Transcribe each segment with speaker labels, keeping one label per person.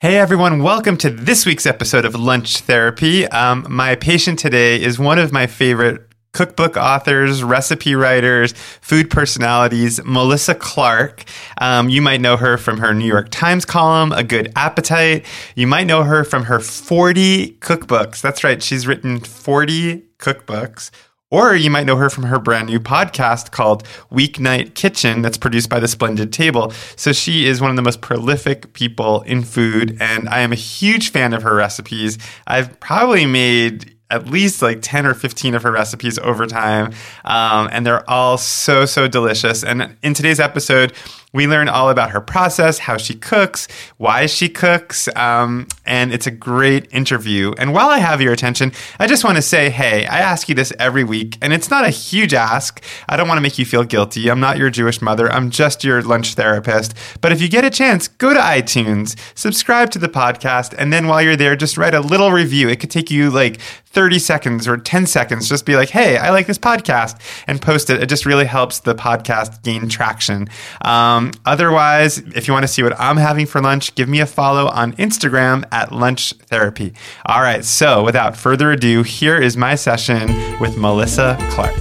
Speaker 1: Hey everyone, welcome to this week's episode of Lunch Therapy. Um, my patient today is one of my favorite cookbook authors, recipe writers, food personalities, Melissa Clark. Um, you might know her from her New York Times column, A Good Appetite. You might know her from her 40 cookbooks. That's right, she's written 40 cookbooks. Or you might know her from her brand new podcast called Weeknight Kitchen that's produced by The Splendid Table. So she is one of the most prolific people in food, and I am a huge fan of her recipes. I've probably made at least like 10 or 15 of her recipes over time. Um, and they're all so, so delicious. And in today's episode, we learn all about her process, how she cooks, why she cooks, um, and it's a great interview. And while I have your attention, I just want to say hey, I ask you this every week, and it's not a huge ask. I don't want to make you feel guilty. I'm not your Jewish mother, I'm just your lunch therapist. But if you get a chance, go to iTunes, subscribe to the podcast, and then while you're there, just write a little review. It could take you like 30 seconds or 10 seconds. Just be like, hey, I like this podcast, and post it. It just really helps the podcast gain traction. Um, otherwise, if you want to see what I'm having for lunch, give me a follow on Instagram at Lunch Therapy. All right, so without further ado, here is my session with Melissa Clark.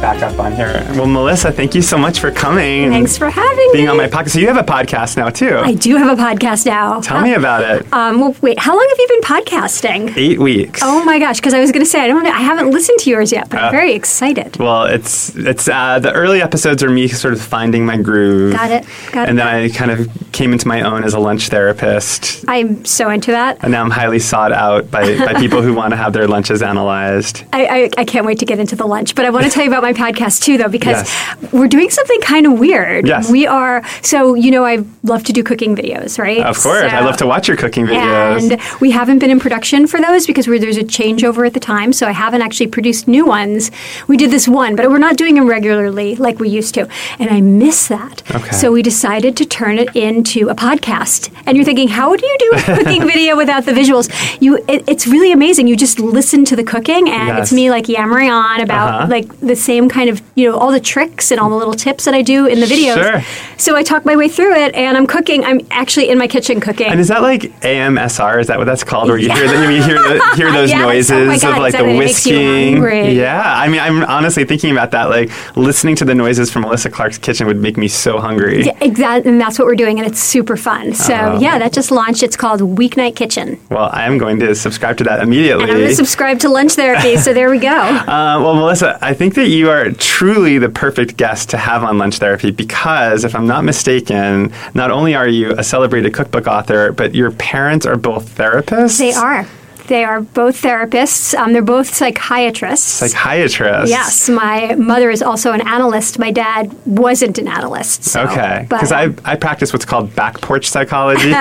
Speaker 1: Back up on here. Well, Melissa, thank you so much for coming. and
Speaker 2: Thanks for having
Speaker 1: being
Speaker 2: me.
Speaker 1: on my podcast. So you have a podcast now too.
Speaker 2: I do have a podcast now.
Speaker 1: Tell me about it.
Speaker 2: Um, well, wait, how long have you been podcasting?
Speaker 1: Eight weeks.
Speaker 2: Oh my gosh, because I was going to say I don't, I haven't listened to yours yet, but
Speaker 1: Uh.
Speaker 2: I'm very excited.
Speaker 1: Well, it's it's uh, the early episodes are me sort of finding my groove.
Speaker 2: Got it, got it.
Speaker 1: and then I kind of came into my own as a lunch therapist,
Speaker 2: I'm so into that.
Speaker 1: and now I'm highly sought out by, by people who want to have their lunches analyzed.
Speaker 2: I, I, I can't wait to get into the lunch, but I want to tell you about my podcast too, though, because
Speaker 1: Yes.
Speaker 2: we're doing something kind of weird.
Speaker 1: Yes.
Speaker 2: We are, so, you know, I love to do cooking videos, right?
Speaker 1: Of course, I
Speaker 2: So-
Speaker 1: love to watch your cooking videos.
Speaker 2: And we haven't been in production for those because we there's a changeover at the time, so I haven't actually produced new ones. We did this one, but we're not doing them regularly like we used to, and I miss that.
Speaker 1: Okay.
Speaker 2: So we decided to turn it into a podcast. And you're thinking, how do you do a cooking video without the visuals? You, it, it's really amazing. You just listen to the cooking, and
Speaker 1: Yes.
Speaker 2: it's me like yammering on about
Speaker 1: Uh-huh.
Speaker 2: like the same kind of you know all the tricks and all the little tips that I do in the videos.
Speaker 1: Sure.
Speaker 2: So I talk my way through it, and I'm cooking. I'm actually in my kitchen cooking.
Speaker 1: And is that like AMSR? Is that what that's called? Where you hear the, you hear the, hear those
Speaker 2: Yes. Oh my
Speaker 1: noises
Speaker 2: God,
Speaker 1: of like the
Speaker 2: exactly. It makes you
Speaker 1: whisking?
Speaker 2: hungry.
Speaker 1: Yeah, I mean, I'm honestly thinking about that. Like listening to the noises from Melissa Clark's kitchen would make me so hungry.
Speaker 2: Exactly, and that's what we're doing, and it's super fun. So
Speaker 1: Uh-huh.
Speaker 2: yeah, that just launched. It's called Weeknight Kitchen,
Speaker 1: Well, I am going to subscribe to that immediately.
Speaker 2: and I'm going to subscribe to Lunch Therapy. so there we go.
Speaker 1: Uh, well, Melissa, I think that you are truly the perfect guest to have on Lunch Therapy because, if I'm not mistaken, not only are you a celebrated cookbook author, but your parents are both therapists.
Speaker 2: They are. They are both therapists. Um, they're both psychiatrists.
Speaker 1: Psychiatrists.
Speaker 2: yes, my mother is also an analyst. My dad wasn't an analyst. So,
Speaker 1: Okay.
Speaker 2: but
Speaker 1: Because I, I practice what's called back porch psychology.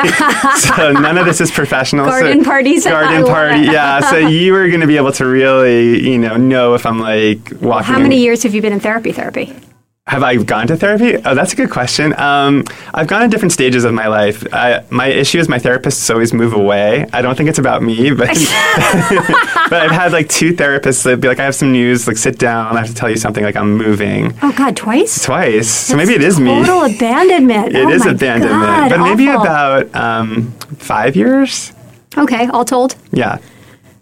Speaker 1: so none of this is professional.
Speaker 2: Garden
Speaker 1: so
Speaker 2: parties. I
Speaker 1: Garden
Speaker 2: love
Speaker 1: party.
Speaker 2: it.
Speaker 1: Yeah. So you are going to be able to really, you know, know if I'm like walking.
Speaker 2: how many years have you been in therapy? Therapy.
Speaker 1: Have I gone to therapy? Oh, that's a good question. Um, I've gone in different stages of my life. I, my issue is my therapists always move away. I don't think it's about me, but but I've had like two therapists that be like, I have some news. Like, sit down. I have to tell you something. Like, I'm moving
Speaker 2: Oh God, twice.
Speaker 1: twice. So maybe it is me.
Speaker 2: Total abandonment.
Speaker 1: It
Speaker 2: oh
Speaker 1: is
Speaker 2: my
Speaker 1: abandonment,
Speaker 2: God,
Speaker 1: but maybe
Speaker 2: awful.
Speaker 1: about um, five years.
Speaker 2: okay, all told.
Speaker 1: Yeah.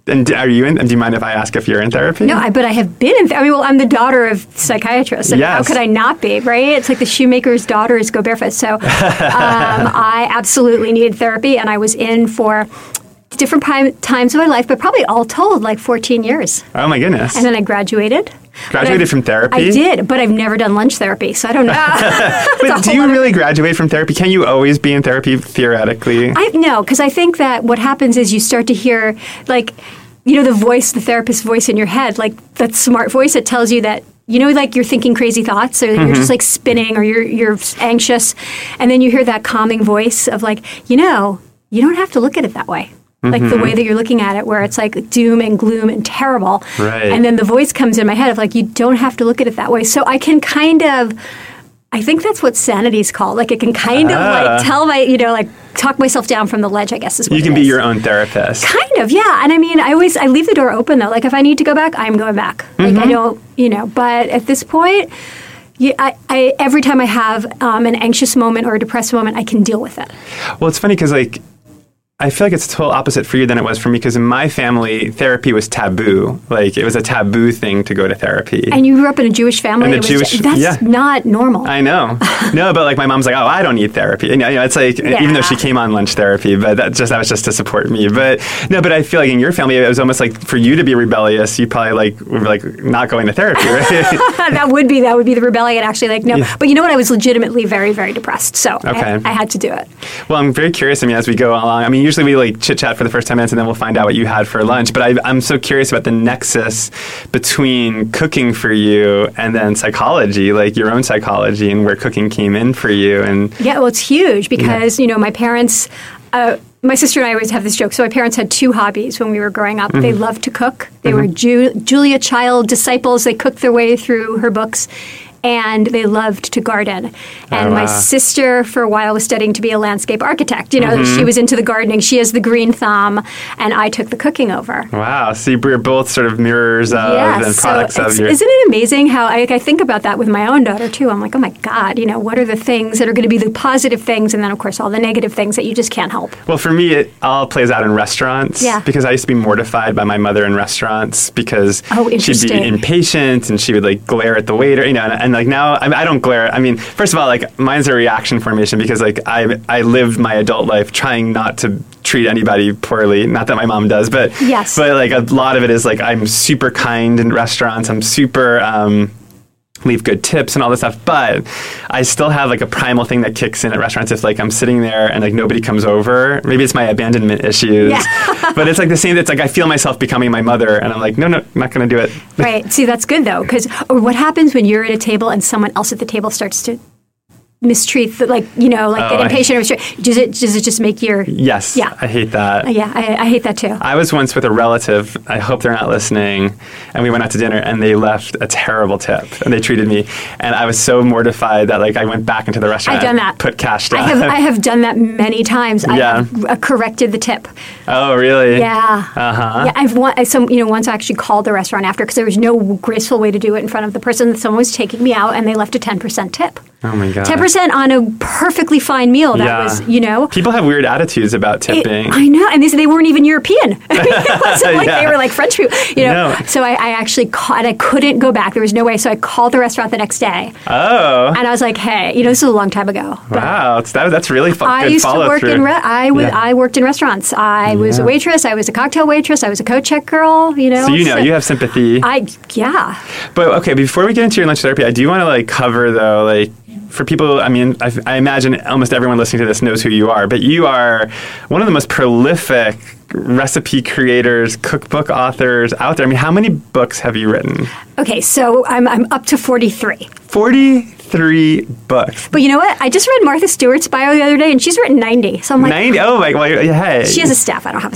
Speaker 1: And d- are you in? Do you mind if I ask if you're in therapy?
Speaker 2: No, I, but I have been in. I mean, well, I'm the daughter of psychiatrists. and How
Speaker 1: Yes.
Speaker 2: could I not be? Right? It's like the shoemaker's daughters go barefoot. So um, I absolutely needed therapy, and I was in for different pi- times of my life, but probably all told, like 14 years.
Speaker 1: oh my goodness.
Speaker 2: And then I graduated.
Speaker 1: Graduated
Speaker 2: But I-
Speaker 1: from therapy?
Speaker 2: I did, but I've never done lunch therapy, so I don't know.
Speaker 1: but do you really graduate from therapy? Can you always be in therapy theoretically?
Speaker 2: I no, because I think that what happens is you start to hear like you know the voice, the therapist voice in your head, like that smart voice that tells you that you know like you're thinking crazy thoughts or that you're just like spinning or you're you're anxious, and then you hear that calming voice of like you know you don't have to look at it that way. Like the way that you're looking at it, where it's like doom and gloom and terrible.
Speaker 1: Right.
Speaker 2: And then the voice comes in my head of like, you don't have to look at it that way. So I can kind of, I think that's what sanity's called. Like, it can kind of
Speaker 1: Ah.
Speaker 2: like tell my, you know, like talk myself down from the ledge, I guess is what
Speaker 1: You
Speaker 2: it
Speaker 1: can be
Speaker 2: is.
Speaker 1: your own therapist.
Speaker 2: Kind of, yeah. And I mean, I always, I leave the
Speaker 1: Mm-hmm.
Speaker 2: door open though. Like, if I need to go back, I'm going back. Like, I don't, you know, but at this point, yeah, I, I, every time I have um, an anxious moment or a depressed moment, I can deal with it.
Speaker 1: Well, it's funny because like I feel like it's total opposite for you than it was for me because in my family therapy was taboo. Like it was a taboo thing to go to therapy.
Speaker 2: And you grew up in a Jewish family.
Speaker 1: In a
Speaker 2: it was
Speaker 1: Jewish-
Speaker 2: ju- that's
Speaker 1: yeah.
Speaker 2: not normal.
Speaker 1: I know. No, but like my mom's like, oh, I don't need therapy. And, you know, it's like even though she
Speaker 2: Yeah.
Speaker 1: came on lunch therapy, but that just that was just to support me. But no, but I feel like in your family, it was almost like for you to be rebellious, you probably like were like not going to therapy, right?
Speaker 2: that would be that would be the rebellion. Actually, like no.
Speaker 1: Yeah.
Speaker 2: But you know what? I was legitimately very very depressed, so I-
Speaker 1: Okay.
Speaker 2: I, had to do it.
Speaker 1: well, I'm very curious. I mean, as we go along, I mean, usually we like chit chat for the first ten minutes, and then we'll find out what you had for lunch. But I, I'm so curious about the nexus between cooking for you and then psychology, like your own psychology, and where cooking came in for you, and
Speaker 2: Yeah, well, it's huge because you know my parents. Uh, my sister and I always have this joke. So my parents had two hobbies when we were growing up. They loved to cook. They were Ju- Julia Child disciples. They cooked their way through her books, and they loved to garden. And my
Speaker 1: wow.
Speaker 2: sister, for a while, was studying to be a landscape architect. You know, she was into the gardening. She has the green thumb, and I took the cooking over.
Speaker 1: Wow. See, we're both sort of mirrors of
Speaker 2: Yes,
Speaker 1: and products of
Speaker 2: it's-
Speaker 1: your.
Speaker 2: Isn't it amazing how I, I think about that with my own daughter too? I'm like, oh my God, you know, what are the things that are going to be the positive things, and then of course all the negative things that you just can't help.
Speaker 1: well, for me, it all plays out in restaurants.
Speaker 2: Yeah.
Speaker 1: Because I used to be mortified by my mother in restaurants because
Speaker 2: Oh,
Speaker 1: she'd
Speaker 2: interesting.
Speaker 1: be impatient and she would like glare at the waiter, you know. And, and like now, I, mean, I don't glare. I mean, first of all, like mine's a reaction formation because like I I lived my adult life trying not to treat anybody poorly. Not that my mom does, but
Speaker 2: Yes.
Speaker 1: But like a lot of it is like I'm super kind in restaurants. I'm super. Um, leave good tips and all this stuff. But I still have like a primal thing that kicks in at restaurants if like I'm sitting there and like nobody comes over. Maybe it's my abandonment issues. but it's like the same. It's like I feel myself becoming my mother, and I'm like, no, no, I'm not gonna do it.
Speaker 2: Right. See, that's good though, because or what happens when you're at a table and someone else at the table starts to mistreat, the, like you know, like
Speaker 1: Oh,
Speaker 2: get
Speaker 1: I-
Speaker 2: impatient or mistreat? Does it does it just make your
Speaker 1: Yes.
Speaker 2: Yeah.
Speaker 1: I hate that.
Speaker 2: yeah? I, I hate that too.
Speaker 1: I was once with a relative. I hope they're not listening. And we went out to dinner, and they left a terrible tip, and they treated me, and I was so mortified that like I went back into the restaurant,
Speaker 2: I've done
Speaker 1: and
Speaker 2: that.
Speaker 1: put cash
Speaker 2: I
Speaker 1: down.
Speaker 2: have I have done that many times. I
Speaker 1: Yeah.
Speaker 2: have uh, corrected the tip.
Speaker 1: oh, really?
Speaker 2: Yeah. Uh-huh. Yeah, I've one, I- some, you know, once I actually called the restaurant after because there was no graceful way to do it in front of the person. Someone was taking me out and they left a 10% tip.
Speaker 1: Oh my god.
Speaker 2: 10% on a perfectly fine meal that
Speaker 1: Yeah.
Speaker 2: was, you know.
Speaker 1: People have weird attitudes about
Speaker 2: it-
Speaker 1: tipping.
Speaker 2: I know, and they, said they weren't even European. it wasn't like they
Speaker 1: Yeah.
Speaker 2: were like French people, you know.
Speaker 1: No.
Speaker 2: So I, I actually caught. I couldn't go back. There was no way. So I called the restaurant the next day,
Speaker 1: oh.
Speaker 2: and I was like, "Hey, you know, this is a long time ago, but
Speaker 1: Wow, it's, that, that's really fun.
Speaker 2: I
Speaker 1: good
Speaker 2: used to
Speaker 1: follow
Speaker 2: work
Speaker 1: through.
Speaker 2: in re- I was
Speaker 1: Yeah.
Speaker 2: I worked in restaurants. I was a
Speaker 1: Yeah.
Speaker 2: waitress. I was a cocktail waitress. I was a coat check girl. You know.
Speaker 1: so you know you have sympathy.
Speaker 2: I yeah.
Speaker 1: but okay, before we get into your lunch therapy, I do want to like cover though, like for people. I mean, I, I imagine almost everyone listening to this knows who you are, but you are one of the most prolific recipe creators, cookbook authors out there. I mean, how many books have you written?
Speaker 2: Okay, so I'm I'm up to 43.
Speaker 1: Forty-three books.
Speaker 2: But you know what? I just read Martha Stewart's bio the other day, and she's written 90. So I'm like,
Speaker 1: Ninety. Oh my. Well, hey.
Speaker 2: she has a staff. I don't have a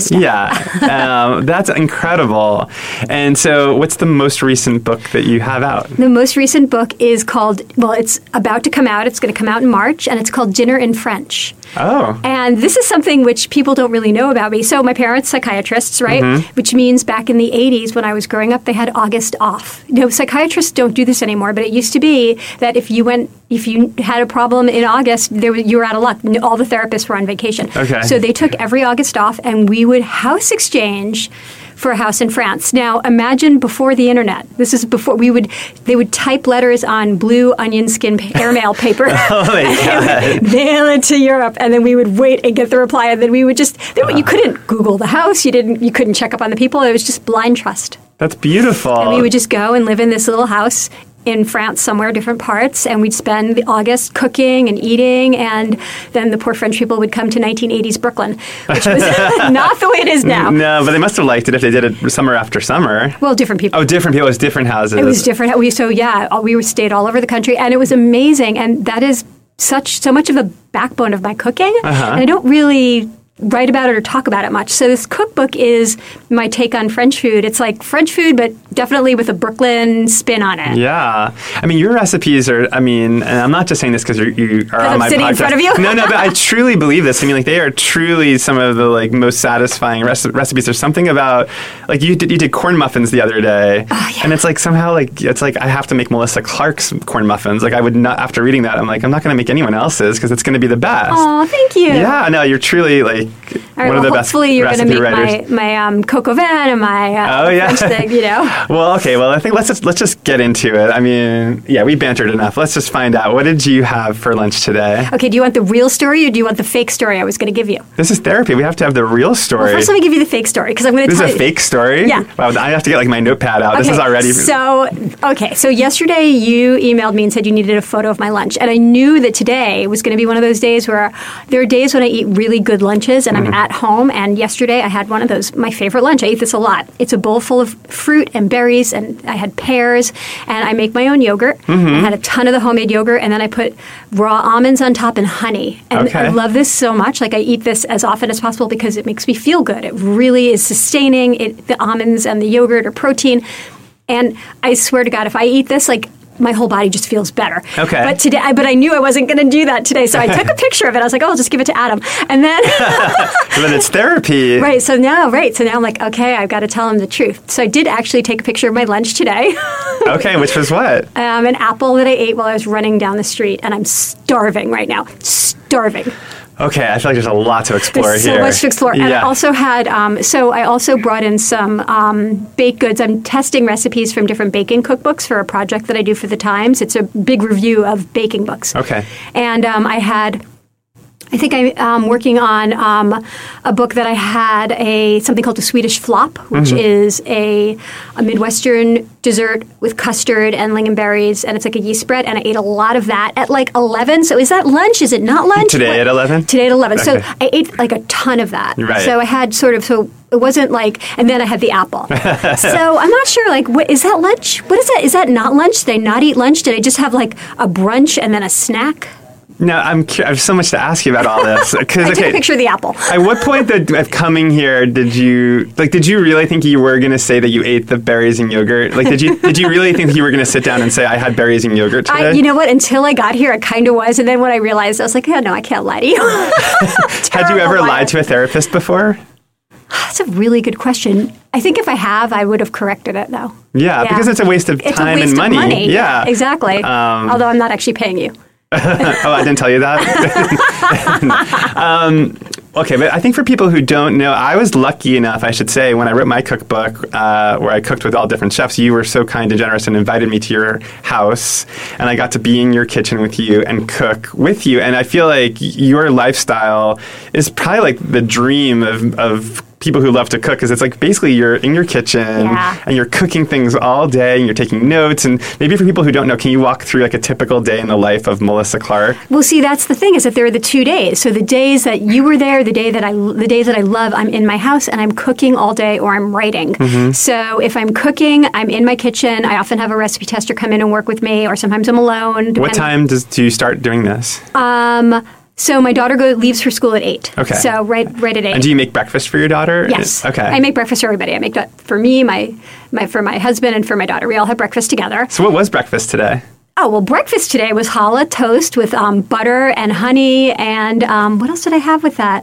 Speaker 2: staff.
Speaker 1: yeah, um, that's incredible. And so, what's the most recent book that you have out?
Speaker 2: The most recent book is called, well, it's about to come out. It's going to come out in March, and it's called Dinner in French.
Speaker 1: Oh,
Speaker 2: And this is something which people don't really know about me. So my parents, psychiatrists, right?
Speaker 1: Mm-hmm.
Speaker 2: Which means back in the 80s when I was growing up, they had August off. No, psychiatrists don't do this anymore, but it used to be that if you went, if you had a problem in August, there was, you were out of luck. N- All the therapists were on vacation.
Speaker 1: Okay.
Speaker 2: So they took every August off and we would house exchange for a house in France. Now imagine before the internet. This is before we would, they would type letters on blue onion skin pa- airmail paper
Speaker 1: oh my god.
Speaker 2: mail it to Europe, and then we would wait and get the reply, and then we would just there were- you couldn't Google the house, you didn't, you couldn't check up on the people. It was just blind trust,
Speaker 1: That's beautiful.
Speaker 2: and we would just go and live in this little house in France somewhere, different parts, and we'd spend the August cooking and eating, and then the poor French people would come to 1980s Brooklyn, which was not the way it is now.
Speaker 1: no, but they must have liked it if they did it summer after summer.
Speaker 2: Well, different people.
Speaker 1: Oh, different people. It was different houses.
Speaker 2: It was different. We so yeah, all- we were stayed all over the country, and it was amazing. And that is such so much of the backbone of my cooking.
Speaker 1: Uh-huh.
Speaker 2: And I don't really write about it or talk about it much. So this cookbook is my take on French food. It's like French food, but definitely with a Brooklyn spin on it.
Speaker 1: Yeah, I mean, your recipes are. I mean, and I'm not just saying this because you are on
Speaker 2: I'm
Speaker 1: my
Speaker 2: sitting
Speaker 1: podcast.
Speaker 2: in front of you?
Speaker 1: no, no, but I truly believe this. I mean, like they are truly some of the like most satisfying reci- recipes. There's something about like you did you did corn muffins the other day,
Speaker 2: Oh,
Speaker 1: and it's like somehow like it's like I have to make Melissa Clark's corn muffins. Like I would not after reading that, I'm like I'm not going to make anyone else's because it's going to be the best.
Speaker 2: Oh, thank you.
Speaker 1: Yeah, no, you're truly like
Speaker 2: All right,
Speaker 1: one of the
Speaker 2: well,
Speaker 1: best
Speaker 2: hopefully you're gonna
Speaker 1: recipe
Speaker 2: meet
Speaker 1: writers.
Speaker 2: my my um, coco van and my uh,
Speaker 1: Oh, yeah.
Speaker 2: French thing, you know.
Speaker 1: Well, okay. Well, I think let's just, let's just get into it. I mean, yeah, we bantered enough. Let's just find out what did you have for lunch today?
Speaker 2: Okay, do you want the real story or do you want the fake story I was going to give you?
Speaker 1: This is therapy. We have to have the real story.
Speaker 2: First, let me give you the fake story because I'm going to
Speaker 1: this
Speaker 2: tell
Speaker 1: is a
Speaker 2: you.
Speaker 1: fake story.
Speaker 2: Yeah.
Speaker 1: Wow, I have to get like my notepad out. This is
Speaker 2: Okay,
Speaker 1: already.
Speaker 2: So, okay. So, yesterday you emailed me and said you needed a photo of my lunch. And I knew that today was going to be one of those days where there are days when I eat really good lunches and
Speaker 1: Mm-hmm.
Speaker 2: I'm at home. And yesterday I had one of those, my favorite lunch. I eat this a lot. It's a bowl full of fruit and berries, and I had pears, and I make my own yogurt.
Speaker 1: Mm-hmm.
Speaker 2: I had a ton of the homemade yogurt, and then I put raw almonds on top and honey. And I
Speaker 1: Okay.
Speaker 2: love love this so much. Like I eat this as often as possible because it makes me feel good. It really is sustaining. It the almonds and the yogurt are protein. And I swear to God, if I eat this, like my whole body just feels better.
Speaker 1: Okay.
Speaker 2: But today, I- but I knew I wasn't going to do that today, so I took a picture of it. I was like, oh, I'll just give it to Adam, and then.
Speaker 1: but it's therapy.
Speaker 2: Right, so now, right, so now I'm like, okay, I've got to tell him the truth. So I did actually take a picture of my lunch today,
Speaker 1: Okay, which was what?
Speaker 2: um, an apple that I ate while I was running down the street, and I'm starving right now, starving.
Speaker 1: Okay, I feel like there's a lot to explore
Speaker 2: There's
Speaker 1: here.
Speaker 2: so much to explore. And I
Speaker 1: Yeah.
Speaker 2: also had, um, so I also brought in some um, baked goods. I'm testing recipes from different baking cookbooks for a project that I do for the Times. It's a big review of baking books.
Speaker 1: Okay.
Speaker 2: And um, I had. I think I'm um, working on um, a book that I had a something called the Swedish Flop, which
Speaker 1: Mm-hmm.
Speaker 2: is a, a Midwestern dessert with custard and lingonberries, and it's like a yeast bread. And I ate a lot of that at like 11. So is that lunch? Is it not lunch?
Speaker 1: Today at 11?
Speaker 2: Today at 11.
Speaker 1: Okay.
Speaker 2: So I ate like a ton of that.
Speaker 1: Right.
Speaker 2: So I had sort of so it wasn't like and then I had the apple. so I'm not sure like what is that lunch? What is that? Is that not lunch? Did I not eat lunch? Did I just have like a brunch and then a snack?
Speaker 1: No, I'm. Cu- I have so much to ask you about all this. 'Cause,
Speaker 2: I took
Speaker 1: okay,
Speaker 2: a picture of the apple.
Speaker 1: At what point that of coming here did you like? Did you really think you were going to say that you ate the berries and yogurt? Like, did you did you really think that you were going to sit down and say I had berries and yogurt today?
Speaker 2: I, you know what? Until I got here, I kind of was, and then when I realized, I was like, "Oh no, I can't lie to you."
Speaker 1: had you ever
Speaker 2: terrible
Speaker 1: lied to a therapist before?
Speaker 2: That's a really good question. I think if I have, I would have corrected it though.
Speaker 1: Yeah, because it's a waste of
Speaker 2: It's a
Speaker 1: time
Speaker 2: waste
Speaker 1: and
Speaker 2: of
Speaker 1: money. Yeah, Um,
Speaker 2: exactly. Although I'm not actually paying you.
Speaker 1: oh, I didn't tell you that. um, okay, but I think for people who don't know, I was lucky enough, I should say, when I wrote my cookbook uh, where I cooked with all different chefs, you were so kind and generous and invited me to your house. And I got to be in your kitchen with you and cook with you. And I feel like your lifestyle is probably like the dream of. of People who love to cook, because it's like basically you're in your kitchen
Speaker 2: Yeah.
Speaker 1: and you're cooking things all day and you're taking notes. And maybe for people who don't know, can you walk through like a typical day in the life of Melissa Clark?
Speaker 2: Well, see, that's the thing is that there are the two days. So the days that you were there, the day that I, the days that I love, I'm in my house and I'm cooking all day or I'm writing.
Speaker 1: Mm-hmm.
Speaker 2: So if I'm cooking, I'm in my kitchen. I often have a recipe tester come in and work with me, or sometimes I'm alone.
Speaker 1: What
Speaker 2: depending-
Speaker 1: time does do you start doing this?
Speaker 2: Um, so my daughter go, leaves for school at eight.
Speaker 1: Okay.
Speaker 2: So right, right at eight.
Speaker 1: and do you make breakfast for your daughter?
Speaker 2: Yes.
Speaker 1: Okay.
Speaker 2: I make breakfast for everybody. I make that for me, my, my for my husband, and for my daughter. We all have breakfast together.
Speaker 1: so what was breakfast today?
Speaker 2: Oh well, breakfast today was challah toast with um, butter and honey, and um, what else did I have with that?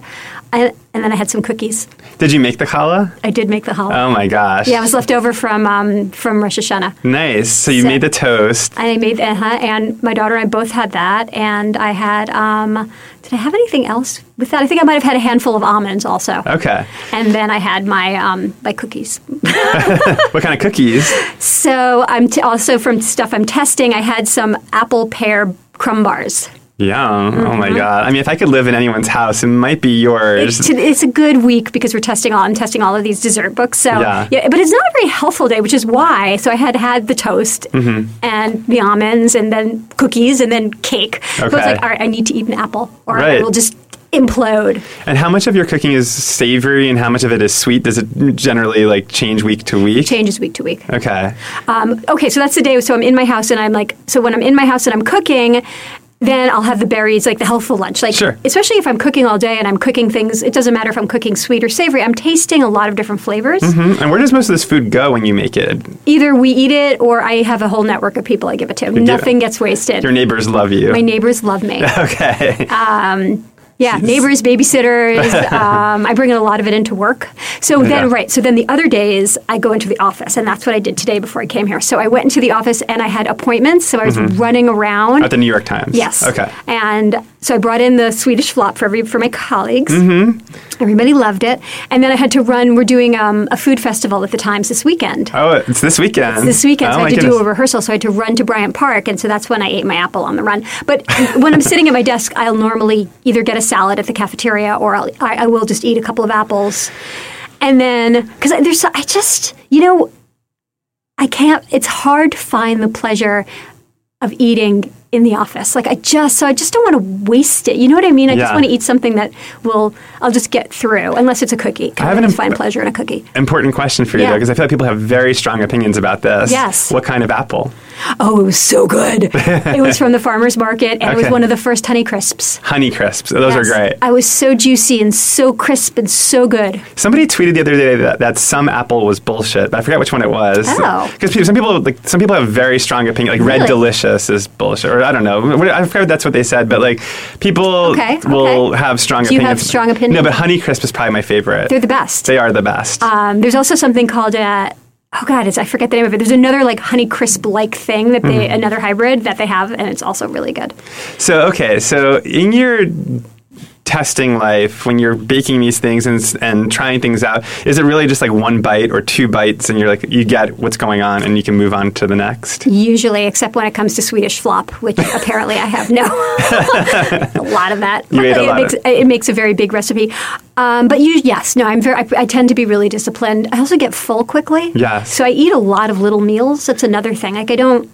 Speaker 2: I, and then I had some cookies.
Speaker 1: Did you make the challah?
Speaker 2: I did make the challah.
Speaker 1: Oh my gosh.
Speaker 2: yeah, it was left over from um, from Rosh Hashanah.
Speaker 1: nice. So you
Speaker 2: So-
Speaker 1: made the toast.
Speaker 2: I made uh and my daughter and I both had that, and I had. Um, did I have anything else with that? I think I might have had a handful of almonds also,
Speaker 1: Okay.
Speaker 2: and then I had my um, my cookies.
Speaker 1: What kind of cookies?
Speaker 2: So I'm t- also from stuff I'm testing. I had some apple pear crumb bars.
Speaker 1: Yum. Oh my
Speaker 2: Mm-hmm.
Speaker 1: god. I mean, if I could live in anyone's house, it might be yours.
Speaker 2: It's, it's a good week because we're testing all. I'm testing all of these dessert books. So
Speaker 1: Yeah.
Speaker 2: but it's not a very healthful day, which is why. So I had had the toast
Speaker 1: Mm-hmm.
Speaker 2: and the almonds, and then cookies, and then cake. So I was
Speaker 1: Okay.
Speaker 2: like, all right, I need to eat an apple, or I
Speaker 1: Right.
Speaker 2: will just implode.
Speaker 1: and how much of your cooking is savory and how much of it is sweet? Does it generally like change week to week?
Speaker 2: Changes week to week.
Speaker 1: Okay.
Speaker 2: Um, okay, so that's the day. So I'm in my house, and I'm like, so when I'm in my house and I'm cooking. then I'll have the berries, like the healthful lunch. Like,
Speaker 1: Sure.
Speaker 2: especially if I'm cooking all day and I'm cooking things, it doesn't matter if I'm cooking sweet or savory, I'm tasting a lot of different flavors.
Speaker 1: Mm, And where does most of this food go when you make it?
Speaker 2: Either we eat it or I have a whole network of people I give it to. Nothing gets wasted.
Speaker 1: Your neighbors love you.
Speaker 2: My neighbors love me. Um,
Speaker 1: okay.
Speaker 2: Yeah, neighbors, babysitters. um, I bring a lot of it into work. So then,
Speaker 1: Yeah.
Speaker 2: right. So then the other days, I go into the office, and that's what I did today before I came here. So I went into the office and I had appointments. So I was running around.
Speaker 1: Mm-hmm. At the New York Times.
Speaker 2: Yes.
Speaker 1: Okay.
Speaker 2: And so I brought in the Swedish flop for every for my colleagues. Mm-hmm. Everybody loved it. And then I had to run. We're doing um, a food festival at the Times this weekend.
Speaker 1: Oh, it's this weekend.
Speaker 2: This weekend,
Speaker 1: Oh,
Speaker 2: so I
Speaker 1: my
Speaker 2: had to do
Speaker 1: goodness.
Speaker 2: a rehearsal. So I had to run to Bryant Park, and so that's when I ate my apple on the run. But when I'm sitting at my desk, I'll normally either get a salad at the cafeteria, or I'll, I, I will just eat a couple of apples, and then because there's so- I just you know I can't. It's hard to find the pleasure of eating in the office. Like I just so I just don't want to waste it. You know what I mean? I just
Speaker 1: Yeah.
Speaker 2: want to eat something that will I'll just get through, unless it's a cookie. I
Speaker 1: have
Speaker 2: have
Speaker 1: an
Speaker 2: to
Speaker 1: imp-
Speaker 2: find pleasure in a cookie.
Speaker 1: Important question for you,
Speaker 2: Yeah.
Speaker 1: though, because I feel like people have very strong opinions about this.
Speaker 2: Yes.
Speaker 1: What kind of apple?
Speaker 2: Oh, it was so good. it was from the farmer's market, and it was
Speaker 1: Okay.
Speaker 2: one of the first Honey Crisps.
Speaker 1: Honey crisps. Those are great.
Speaker 2: I was so juicy and so crisp and so good.
Speaker 1: Somebody tweeted the other day that, that some apple was bullshit, but I forget which one it was.
Speaker 2: Oh.
Speaker 1: Because some people like some people have very strong opinion. Like red
Speaker 2: Really?
Speaker 1: delicious is bullshit, or I don't know. What- I forget that's what they said, but like people
Speaker 2: Okay,
Speaker 1: will
Speaker 2: okay.
Speaker 1: have strong
Speaker 2: Do you
Speaker 1: opinions.
Speaker 2: have strong opinions?
Speaker 1: No, but Honey Crisp is probably my favorite.
Speaker 2: They're the best.
Speaker 1: They are the best.
Speaker 2: Um, there's also something called a. Oh God, it's, I forget the name of it. There's another like Honey Crisp like thing that
Speaker 1: Mm-hmm.
Speaker 2: they another hybrid that they have, and it's also really good.
Speaker 1: So okay, so in your testing life, when you're baking these things and s- and trying things out, is it really just like one bite or two bites, and you're like you get what's going on, and you can move on to the next?
Speaker 2: Usually, except when it comes to Swedish flop, which apparently I have no a lot of that.
Speaker 1: You ate a
Speaker 2: Luckily,
Speaker 1: lot
Speaker 2: it makes
Speaker 1: of-
Speaker 2: it makes a very big recipe. Um, but you, yes, no, I'm very. I, I tend to be really disciplined. I also get full quickly.
Speaker 1: Yes.
Speaker 2: So I eat a lot of little meals. That's another thing. Like I don't.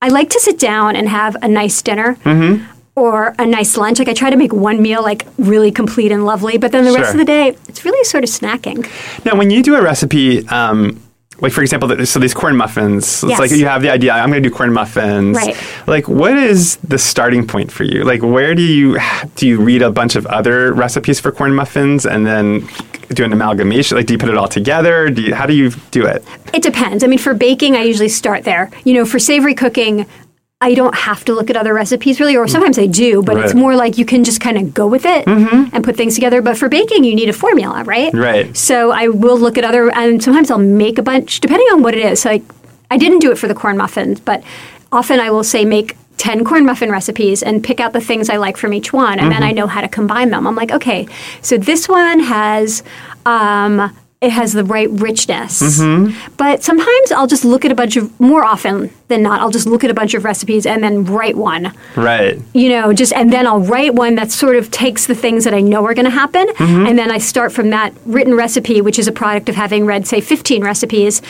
Speaker 2: I like to sit down and have a nice dinner.
Speaker 1: Mm-hmm.
Speaker 2: Or a nice lunch. Like I try to make one meal like really complete and lovely, but then the
Speaker 1: Sure.
Speaker 2: rest of the day, it's really sort of snacking.
Speaker 1: Now, when you do a recipe, um, like for example, th- so these corn muffins,
Speaker 2: Yes.
Speaker 1: it's like you have the idea, I'm going to do corn muffins.
Speaker 2: Right.
Speaker 1: Like, what is the starting point for you? Like, where do you do you read a bunch of other recipes for corn muffins and then do an amalgamation? Like, do you put it all together? Do you, how do you do it?
Speaker 2: It depends. I mean, for baking, I usually start there. You know, for savory cooking, I don't have to look at other recipes really, or sometimes I do, but it's
Speaker 1: Right.
Speaker 2: more like you can just kind of go with it and put things together. But for baking, you need a formula, right?
Speaker 1: Right.
Speaker 2: So I will look at other, and sometimes I'll make a bunch, depending on what it is. So like, I didn't do it for the corn muffins, but often I will say make 10 corn muffin recipes and pick out the things I like from each one, and then I know how to combine them. I'm like, okay, so this one has. Um, it has the right richness. But sometimes I'll just look at a bunch of, more often than not, I'll just look at a bunch of recipes and then write one
Speaker 1: Right.
Speaker 2: you know, just and then I'll write one that sort of takes the things that I know are going to happen,
Speaker 1: Mm-hmm.
Speaker 2: and then I start from that written recipe, which is a product of having read, say, 15 recipes.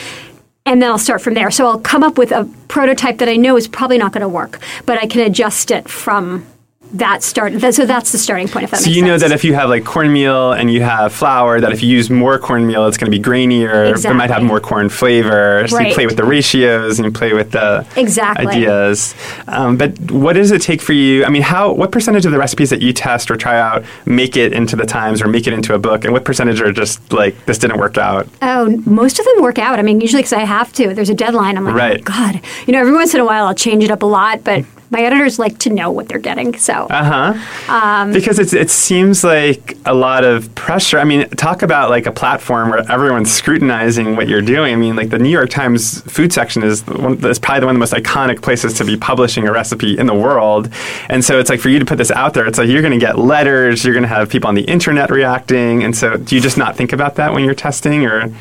Speaker 2: And then I'll start from there. So I'll come up with a prototype that I know is probably not going to work, but I can adjust it from that start. that- So that's the starting point. If that
Speaker 1: So
Speaker 2: makes
Speaker 1: you know
Speaker 2: sense.
Speaker 1: that if you have like cornmeal and you have flour, that if you use more cornmeal, it's going to be grainier. It might have
Speaker 2: Exactly.
Speaker 1: more corn flavor. So
Speaker 2: Right.
Speaker 1: you play with the ratios and you play with the
Speaker 2: Exactly.
Speaker 1: ideas. Um, but what does it take for you? I mean, how what percentage of the recipes that you test or try out make it into the Times or make it into a book, and what percentage are just like this didn't work out?
Speaker 2: Oh, most of them work out. I mean, usually because I have to. There's a deadline. I'm like,
Speaker 1: Right. Mm-hmm.
Speaker 2: oh, God. You know, every once in a while I'll change it up a lot, but my editors like to know what they're getting. So
Speaker 1: Uh huh. because it's, it seems like a lot of pressure. I mean, talk about like a platform where everyone's scrutinizing what you're doing. I mean, like the New York Times food section is the one, is probably the one of the most iconic places to be publishing a recipe in the world. And so it's like for you to put this out there, it's like you're going to get letters, you're going to have people on the internet reacting. And so do you just not think about that when you're testing or?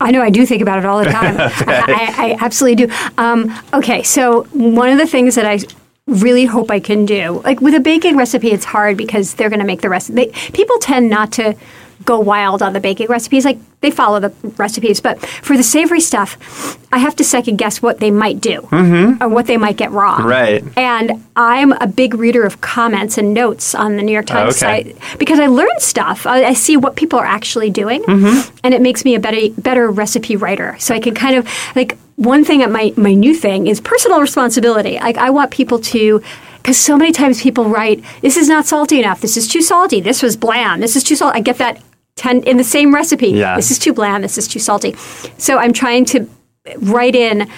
Speaker 2: I know I do think about it all the time. I, I, I absolutely do. Um, okay, so one of the things that I really hope I can do, like with a baking recipe, it's hard because they're going to make the rest. They, people tend not to go wild on the baking recipes. Like they follow the recipes, but for the savory stuff, I have to second guess what they might do or what they might get wrong.
Speaker 1: Mm-hmm. Right.
Speaker 2: And I'm a big reader of comments and notes on the New York Times
Speaker 1: Oh, okay.
Speaker 2: site because I learn stuff. I, I see what people are actually doing,
Speaker 1: Mm-hmm.
Speaker 2: and it makes me a better better recipe writer. So I can kind of like one thing. My my new thing is personal responsibility. Like I want people to. because so many times people write, "This is not salty enough. This is too salty. This was bland. This is too salty." I get that ten in the same recipe.
Speaker 1: Yeah.
Speaker 2: This is too bland. This is too salty. So I'm trying to write in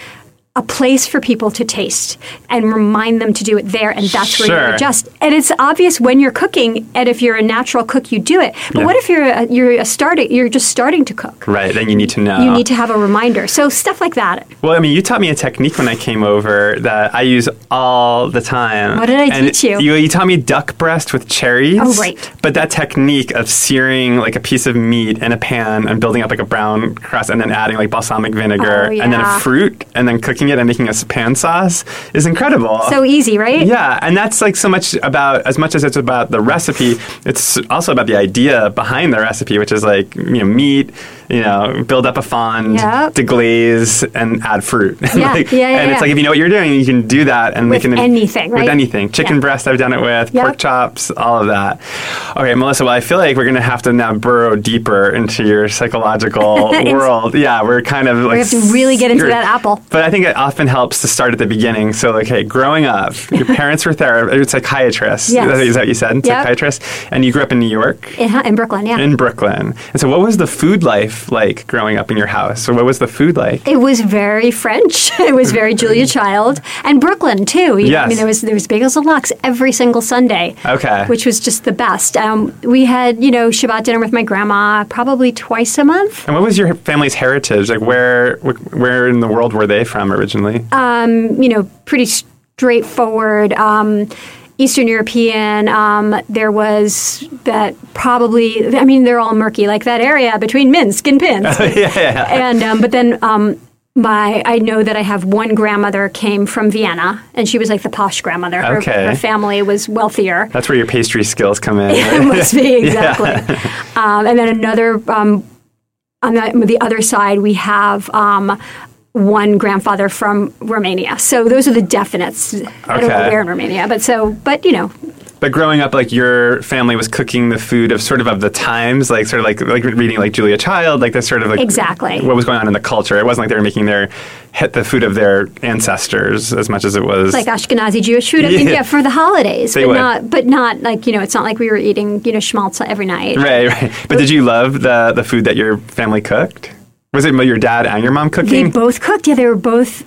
Speaker 2: a place for people to taste and remind them to do it there, and that's where
Speaker 1: Sure.
Speaker 2: you adjust. And it's obvious when you're cooking, and if you're a natural cook, you do it. But
Speaker 1: Yeah.
Speaker 2: what if you're a, you're a starting, you're just starting to cook?
Speaker 1: Right, Uh. then you need to know.
Speaker 2: You need to have a reminder. So stuff like that.
Speaker 1: Well, I mean, you taught me a technique when I came over that I use all the time.
Speaker 2: What did I
Speaker 1: And
Speaker 2: teach you?
Speaker 1: you? You taught me duck breast with cherries.
Speaker 2: Oh, right.
Speaker 1: But that technique of searing like a piece of meat in a pan and building up like a brown crust and then adding like balsamic vinegar
Speaker 2: Oh,
Speaker 1: and then
Speaker 2: yeah.
Speaker 1: a fruit and then cooking it and making a s- pan sauce is incredible.
Speaker 2: So easy, right?
Speaker 1: Uh, Yeah, and that's like so much about as much as it's about the recipe, it's also about the idea behind the recipe, which is like you know meat, you know, build up a fond,
Speaker 2: Yep.
Speaker 1: deglaze, and add fruit.
Speaker 2: Yeah,
Speaker 1: Like,
Speaker 2: yeah, yeah,
Speaker 1: And
Speaker 2: yeah.
Speaker 1: it's like if you know what you're doing, you can do that and
Speaker 2: With
Speaker 1: make an,
Speaker 2: anything, right?
Speaker 1: With anything, chicken
Speaker 2: Yeah.
Speaker 1: breast I've done it with,
Speaker 2: Yep.
Speaker 1: pork chops, all of that. Okay, Melissa. Well, I feel like we're gonna have to now burrow deeper into your psychological world. Yeah, we're kind of like
Speaker 2: We have to really get into
Speaker 1: screwed.
Speaker 2: that apple.
Speaker 1: But I think it often helps to start at the beginning. So, like, hey, growing up, your parents were therapists, psychiatrists.
Speaker 2: Yes.
Speaker 1: Is that what you said? Psychiatrists. And you grew up in New York,
Speaker 2: Uh-huh, In Brooklyn, yeah.
Speaker 1: in Brooklyn. And so, what was the food life like growing up in your house? Or what was the food like?
Speaker 2: It was very French. It was very Julia Child and Brooklyn too. You know, I
Speaker 1: Mm. Yes.
Speaker 2: mean there was there was bagels and lox every single Sunday.
Speaker 1: Okay.
Speaker 2: which was just the best. Um, we had you know Shabbat dinner with my grandma probably twice a month.
Speaker 1: And what was your family's heritage? Like, where wh- where in the world were they from originally?
Speaker 2: Um, you know, pretty straightforward. Um, Eastern European. Um, there was that probably. I mean, they're all murky like that area between Minsk and Pinsk.
Speaker 1: yeah.
Speaker 2: and um, but then um, my I know that I have one grandmother came from Vienna, and she was like the posh grandmother. Her-
Speaker 1: Okay.
Speaker 2: Her, family was wealthier.
Speaker 1: That's where your pastry skills come in.
Speaker 2: it
Speaker 1: right?
Speaker 2: must be exactly. Um, and then another um, on the, on the other side, we have. Um, one grandfather from Romania, so those are the definites. I don't know
Speaker 1: Okay.
Speaker 2: where in Romania, but so, but you know,
Speaker 1: But growing up, like your family was cooking the food of sort of of the times, like sort of like like reading like Julia Child, like this sort of like
Speaker 2: Exactly.
Speaker 1: what was going on in the culture. It wasn't like they were making their hit the food of their ancestors as much as it was
Speaker 2: like Ashkenazi Jewish food. I mean,
Speaker 1: Yeah.
Speaker 2: yeah, for the holidays,
Speaker 1: They
Speaker 2: but
Speaker 1: would.
Speaker 2: not, but not like you know, it's not like we were eating you know schmaltz every night.
Speaker 1: right, right. But did you love the the food that your family cooked? Was it your dad and your mom
Speaker 2: They
Speaker 1: cooking?
Speaker 2: both cooked. Yeah, they were both,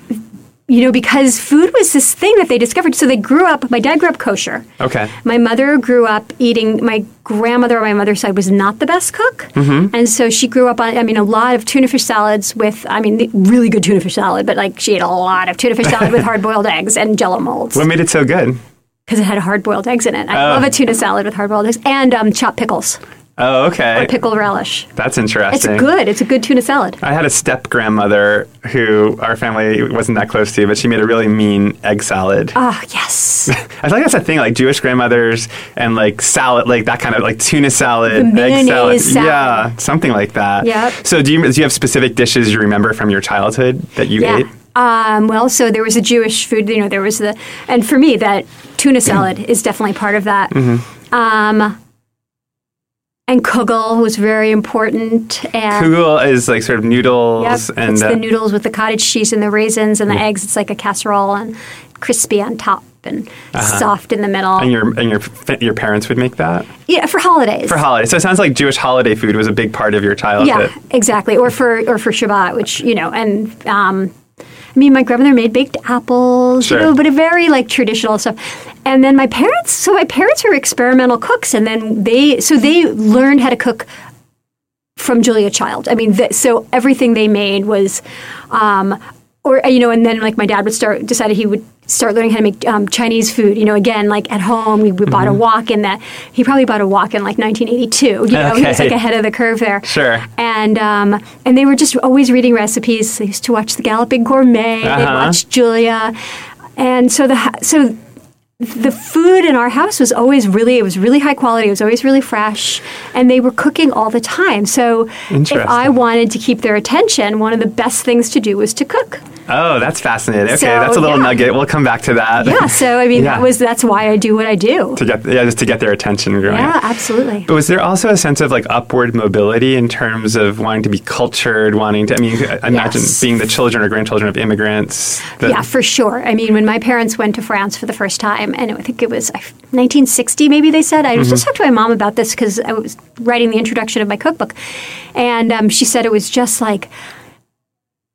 Speaker 2: you know, because food was this thing that they discovered. So they grew up, my dad grew up kosher.
Speaker 1: okay.
Speaker 2: My mother grew up eating, my grandmother on my mother's side was not the best cook. And so she grew up on, I mean, a lot of tuna fish salads with, I mean, the- really good tuna fish salad, but like she ate a lot of tuna fish salad with hard boiled eggs and jello molds
Speaker 1: What made it so good?
Speaker 2: because it had hard boiled eggs in it. I love a tuna salad with hard boiled eggs and um, chopped pickles,
Speaker 1: Oh, okay.
Speaker 2: pickle relish.
Speaker 1: That's
Speaker 2: It's
Speaker 1: interesting.
Speaker 2: good. It's a good tuna salad.
Speaker 1: I had a step grandmother who our family wasn't that close to, but she made a really mean egg salad.
Speaker 2: Ah, yes.
Speaker 1: I feel like that's a thing, like Jewish grandmothers and like salad, like that kind of like tuna salad,
Speaker 2: The
Speaker 1: egg salad.
Speaker 2: mayonnaise salad.
Speaker 1: yeah, something like that.
Speaker 2: Yep.
Speaker 1: So do you do you have specific dishes you remember from your childhood that you
Speaker 2: Yeah.
Speaker 1: ate?
Speaker 2: Um, well, so there was a Jewish food, you know, there was the, and for me, that tuna salad is definitely part of that.
Speaker 1: Mm-hmm.
Speaker 2: Um, and kugel was very important. And
Speaker 1: Kugel is like sort of
Speaker 2: Yep,
Speaker 1: noodles and
Speaker 2: it's
Speaker 1: uh,
Speaker 2: the noodles with the cottage cheese and the raisins and the eggs. It's like a casserole and crispy on top and soft in the middle.
Speaker 1: Uh-huh. and your and your fa- your parents would make that
Speaker 2: yeah, for holidays.
Speaker 1: for holidays. So it sounds like Jewish holiday food was a big part of your childhood.
Speaker 2: yeah, exactly. Or for or for Shabbat, which you know, and um, I mean, my grandmother made baked apples,
Speaker 1: Sure.
Speaker 2: you know, but a very like traditional stuff. And then my parents, so my parents were experimental cooks, and then they so they learned how to cook from Julia Child. I mean, th- so everything they made was, um, or uh, you know, and then like my dad would start decided he would start learning how to make um, Chinese food. You know, again like at home, we, we
Speaker 1: Mm-hmm.
Speaker 2: bought a wok in that he probably bought a wok in like 1982. You know, he was
Speaker 1: Okay.
Speaker 2: like ahead of the curve there.
Speaker 1: Sure.
Speaker 2: And um, and they were just always reading recipes. They used to watch The Galloping Gourmet. They
Speaker 1: Uh-huh.
Speaker 2: watched Julia, and so the ho- so. The food in our house was always really, it was really high quality. It was always really fresh. And they were cooking all the time. So if I
Speaker 1: Interesting.
Speaker 2: wanted to keep their attention, one of the best things to do was to cook.
Speaker 1: Oh, that's fascinating. Okay,
Speaker 2: So,
Speaker 1: that's a little
Speaker 2: yeah.
Speaker 1: nugget. We'll come back to that.
Speaker 2: Yeah. So I mean,
Speaker 1: Yeah.
Speaker 2: that was that's why I do what I do.
Speaker 1: to get yeah, just to get their attention growing
Speaker 2: Yeah,
Speaker 1: up.
Speaker 2: absolutely.
Speaker 1: But was there also a sense of like upward mobility in terms of wanting to be cultured, wanting to? I mean, I imagine
Speaker 2: Yes.
Speaker 1: being the children or grandchildren of immigrants. that-
Speaker 2: yeah, for sure. I mean, when my parents went to France for the first time, and I think it was I- 1960, maybe they said. I
Speaker 1: Mm-hmm.
Speaker 2: just talked to my mom about this because I was writing the introduction of my cookbook, and um, she said it was just like.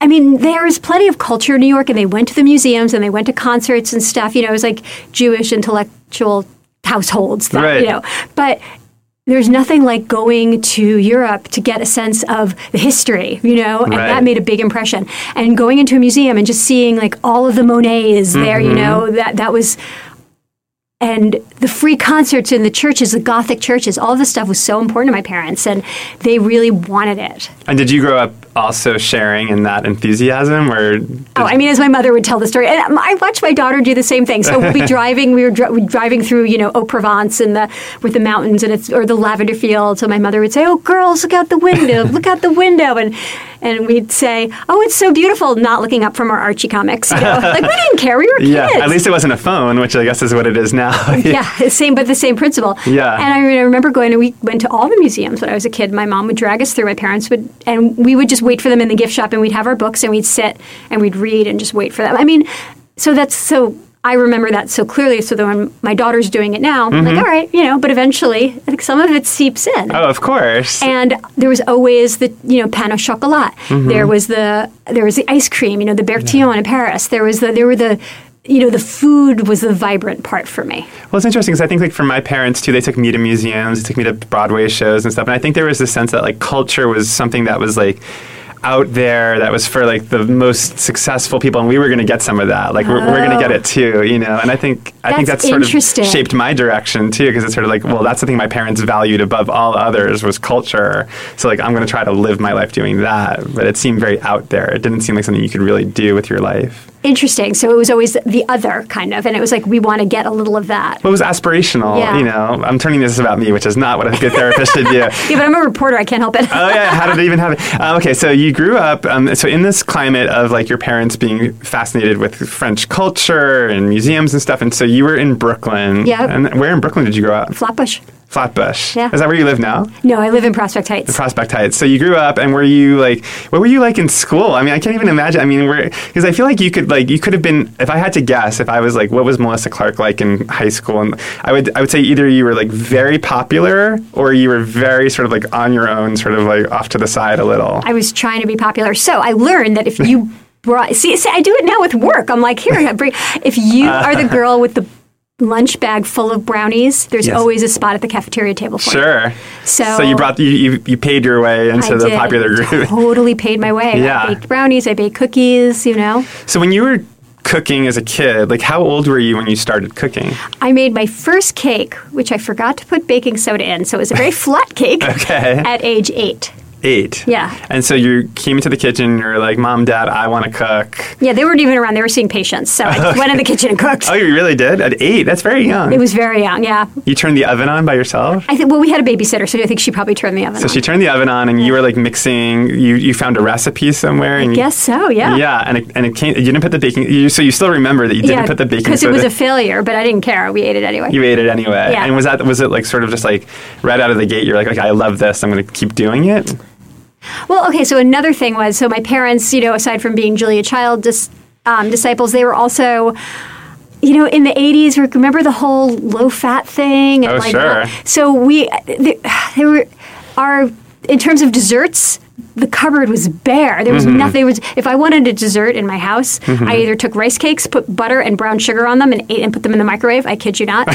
Speaker 2: I mean, there is plenty of culture in New York, and they went to the museums and they went to concerts and stuff. You know, it was like Jewish intellectual households, that,
Speaker 1: Right.
Speaker 2: you know. But there's nothing like going to Europe to get a sense of the history, you know, and
Speaker 1: Right.
Speaker 2: that made a big impression. And going into a museum and just seeing like all of the Monets there, you know, that that was and the free concerts in the churches, the Gothic churches, all this stuff was so important to my parents, and they really wanted it.
Speaker 1: and did you grow up also sharing in that enthusiasm? Or
Speaker 2: Oh, I mean, as my mother would tell the story, and um, I watched my daughter do the same thing. So we'll be driving. We were dri- we're driving through, you know, Eau Provence and the with the mountains and it's or the lavender fields. So my mother would say, "Oh, girls, look out the window! look out the window!" and and we'd say, "Oh, it's so beautiful!" Not looking up from our Archie comics. You know? like we didn't care. We were kids.
Speaker 1: yeah, at least it wasn't a phone, which I guess is what it is now.
Speaker 2: Yeah, same, but the same principle.
Speaker 1: Yeah.
Speaker 2: And I, re- I remember going, and we went to all the museums when I was a kid. My mom would drag us through. My parents would, and we would just wait for them in the gift shop, and we'd have our books, and we'd sit and we'd read and just wait for them. I mean, so that's so. I remember that so clearly. So that when my daughter's doing it now, I'm like, all right, you know. But eventually, I think some of it seeps in.
Speaker 1: Mm-hmm. Oh, of course.
Speaker 2: And there was always the you know pan au chocolat.
Speaker 1: Mm-hmm.
Speaker 2: There was the there was the ice cream. You know the Bertillon in Paris. There was the there were the you know the food was the vibrant part for me.
Speaker 1: Well, it's interesting because I think like for my parents too, they took me to museums, they took me to Broadway shows and stuff, and I think there was this sense that like culture was something that was like out there that was for like the most successful people and we were going to get some of that like we're, we're going to get it too you know and i think i think
Speaker 2: Oh. That's
Speaker 1: that's sort
Speaker 2: interesting.
Speaker 1: of shaped my direction too because it's sort of like well that's something my parents valued above all others was culture so like i'm going to try to live my life doing that but it seemed very out there it didn't seem like something you could really do with your life
Speaker 2: interesting. So it was always the other kind of, and it was like we want to get a little of that.
Speaker 1: But it was aspirational.
Speaker 2: Yeah.
Speaker 1: You know, I'm turning this about me, which is not what a good therapist should do.
Speaker 2: Yeah, but I'm a reporter. I can't help it.
Speaker 1: Oh yeah, how did it even happen? Uh, okay, so you grew up. Um, so in this climate of like your parents being fascinated with French culture and museums and stuff, and so you were in Brooklyn.
Speaker 2: Yep.
Speaker 1: And where in Brooklyn did you grow up?
Speaker 2: Flatbush.
Speaker 1: Flatbush.
Speaker 2: Yeah.
Speaker 1: Is that where you live now?
Speaker 2: No, I live in Prospect Heights.
Speaker 1: Prospect Heights. So you grew up, and were you like, what were you like in school? I mean, I can't even imagine. I mean, where because I feel like you could like you could have been. If I had to guess, if I was like, what was Melissa Clark like in high school? And I would I would say either you were like very popular, or you were very sort of like on your own, sort of like off to the side a little.
Speaker 2: I was trying to be popular, so I learned that if you brought, see, see I do it now with work. I'm like, here, I bring, if you
Speaker 1: Uh,
Speaker 2: are the girl with the lunch bag full of brownies, there's
Speaker 1: Yes.
Speaker 2: always a spot at the cafeteria table for you.
Speaker 1: Sure.
Speaker 2: So-
Speaker 1: you brought you, you you paid your way into
Speaker 2: I
Speaker 1: the
Speaker 2: did.
Speaker 1: popular group.
Speaker 2: Totally paid my way.
Speaker 1: Yeah.
Speaker 2: I baked brownies. I baked cookies. You know,
Speaker 1: so when you were cooking as a kid, like how old were you when you started cooking?
Speaker 2: I made my first cake, which I forgot to put baking soda in, so it was a very flat cake.
Speaker 1: Okay.
Speaker 2: At age eight.
Speaker 1: Eight.
Speaker 2: Yeah.
Speaker 1: And so you came into the kitchen. You were like, "Mom, Dad, I want to cook."
Speaker 2: Yeah, they weren't even around. They were seeing patients. So I just went in the kitchen and cooked.
Speaker 1: Oh, you really did? At eight? That's very young.
Speaker 2: It was very young, yeah.
Speaker 1: you turned the oven on by yourself?
Speaker 2: I think, well, we had a babysitter, so I think she probably turned the oven
Speaker 1: So
Speaker 2: on.
Speaker 1: she turned the oven on and you were like mixing, you, you found a recipe somewhere. And you-
Speaker 2: Guess so, yeah.
Speaker 1: Yeah, and it, and it came, you didn't put the baking, you, so you still remember that you didn't put the baking
Speaker 2: Because it
Speaker 1: soda.
Speaker 2: was a failure, but I didn't care. We ate it anyway.
Speaker 1: you ate it anyway.
Speaker 2: Yeah.
Speaker 1: And was that, was it like sort of just like right out of the gate, you're like, okay, I love this, I'm going to keep doing it?
Speaker 2: Well, okay. So another thing was, so my parents, you know, aside from being Julia Child dis, um, disciples, they were also, you know, in the '80s. re- Remember the whole low fat thing? And
Speaker 1: Oh,
Speaker 2: like,
Speaker 1: sure.
Speaker 2: So we, they, they were, our in terms of desserts. The cupboard was bare. There was
Speaker 1: Mm-hmm.
Speaker 2: nothing. Was if I wanted a dessert in my house, I either took rice cakes, put butter and brown sugar on them, and ate and put them in the microwave. I kid you not,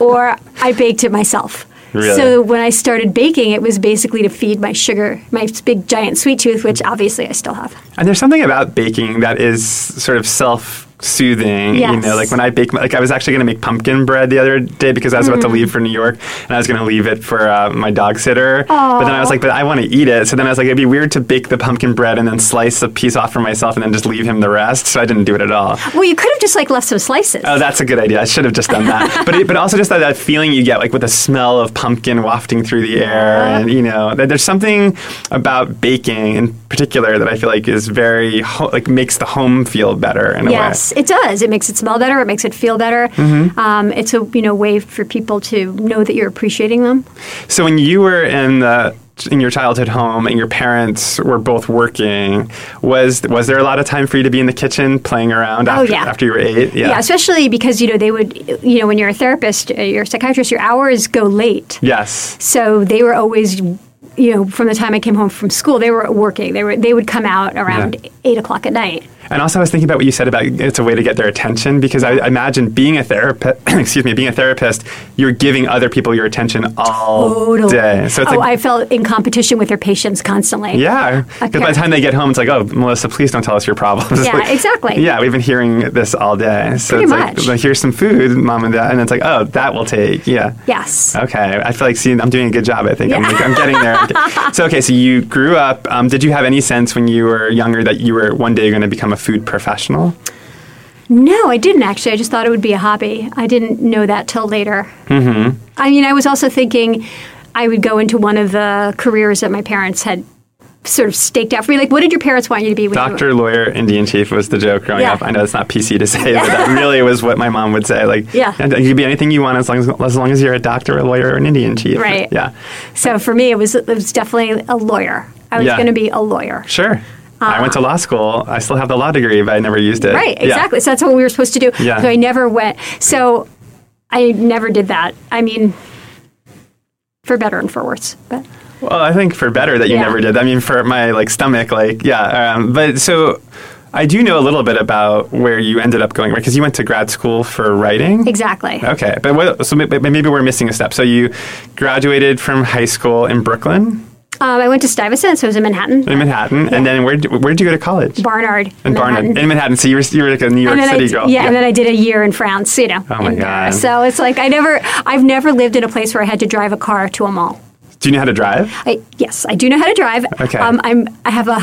Speaker 2: or I baked it myself.
Speaker 1: Really?
Speaker 2: So when I started baking, it was basically to feed my sugar, my big giant sweet tooth, which obviously I still have.
Speaker 1: And there's something about baking that is sort of self soothing. You
Speaker 2: Yes.
Speaker 1: know, like when I bake, my- like I was actually going to make pumpkin bread the other day because I was about to leave for New York and I was going to leave it for uh, my dog sitter. But then I was like, but I want to eat it. So then I was like, it'd be weird to bake the pumpkin bread and then slice a piece off for myself and then just leave him the rest. So I didn't do it at all.
Speaker 2: Well, you could have just like left some slices.
Speaker 1: Oh, that's a good idea. I should have just done that. but it, but also just that, that feeling you get, like with the smell of pumpkin wafting through the air, and you know, that there's something about baking in particular that I feel like is very ho- like makes the home feel better in a
Speaker 2: Yes, it does. It makes it smell better. It makes it feel better.
Speaker 1: Mm-hmm.
Speaker 2: Um, it's a you know way for people to know that you're appreciating them.
Speaker 1: way. So when you were in the in your childhood home and your parents were both working, was was there a lot of time for you to be in the kitchen playing around
Speaker 2: Oh,
Speaker 1: after,
Speaker 2: yeah.
Speaker 1: after you were eight?
Speaker 2: Yeah. especially because you know they would you know when you're a therapist, uh, you're a psychiatrist, your hours go late.
Speaker 1: Yes.
Speaker 2: So they were always you know from the time I came home from school, they were working. They were they would come out around
Speaker 1: Yeah.
Speaker 2: eight o'clock at night.
Speaker 1: And also, I was thinking about what you said about it's a way to get their attention because I, I imagine being a therapist, excuse me, being a therapist, you're giving other people your attention all day. So it's
Speaker 2: oh,
Speaker 1: like,
Speaker 2: I felt in competition with their patients constantly.
Speaker 1: yeah. Because by the
Speaker 2: Okay.
Speaker 1: time they get home, it's like, oh, Melissa, please don't tell us your problems. It's
Speaker 2: Yeah,
Speaker 1: like-
Speaker 2: exactly.
Speaker 1: Yeah, we've been hearing this all day. So
Speaker 2: Pretty
Speaker 1: it's
Speaker 2: much.
Speaker 1: like, like, here's some food, mom and dad. And it's like, oh, that will take. Yeah.
Speaker 2: Yes.
Speaker 1: Okay, I feel like see, I'm doing a good job. I think I'm, like, I'm getting there. so okay, so you grew up. Um, did you have any sense when you were younger that you were one day going to become a food professional?
Speaker 2: No, I didn't actually. I just thought it would be a hobby. I didn't know that till later. Mm-hmm. I mean, I was also thinking I would go into one of the careers that my parents had sort of staked out for me. Like, what did your parents want you to be when you were-
Speaker 1: Doctor, lawyer, Indian chief was the joke growing
Speaker 2: Yeah.
Speaker 1: up. I know it's not PC to say, but that really was what my mom would say. Like,
Speaker 2: Yeah.
Speaker 1: "And you can be anything you want as long as, as long as you're a doctor, a lawyer, or an Indian chief.
Speaker 2: Right.
Speaker 1: Yeah.
Speaker 2: So for me, it was it was definitely a lawyer. I was
Speaker 1: Yeah.
Speaker 2: going to be a lawyer.
Speaker 1: Sure. I went to law school. I still have the law degree, but I never used it.
Speaker 2: Uh, Right,
Speaker 1: Yeah.
Speaker 2: exactly. So that's what we were supposed to do.
Speaker 1: Yeah.
Speaker 2: So I never went. So I never did that. I mean, for better and for worse. But
Speaker 1: Well, I think for better that you
Speaker 2: Yeah.
Speaker 1: never did. I mean, for my like stomach, like yeah. Um, but so. I do know a little bit about where you ended up going, right? Because you went to grad school for writing.
Speaker 2: exactly.
Speaker 1: Okay, but what, so may- but maybe we're missing a step. So you graduated from high school in Brooklyn,
Speaker 2: Um, I went to Stuyvesant, so it was in Manhattan.
Speaker 1: in Manhattan, and then where where did you go to college?
Speaker 2: Barnard.
Speaker 1: in
Speaker 2: Manhattan.
Speaker 1: Barnum, in Manhattan. So you were you were like a New York
Speaker 2: and then
Speaker 1: City
Speaker 2: I, d-
Speaker 1: girl.
Speaker 2: Yeah, and then I did a year in France, you know.
Speaker 1: Oh my
Speaker 2: in
Speaker 1: God.
Speaker 2: Paris. So it's like I never, I've never lived in a place where I had to drive a car to a mall.
Speaker 1: Do you know how to drive?
Speaker 2: I, yes, I do know how to drive.
Speaker 1: Okay.
Speaker 2: Um, I'm, I have a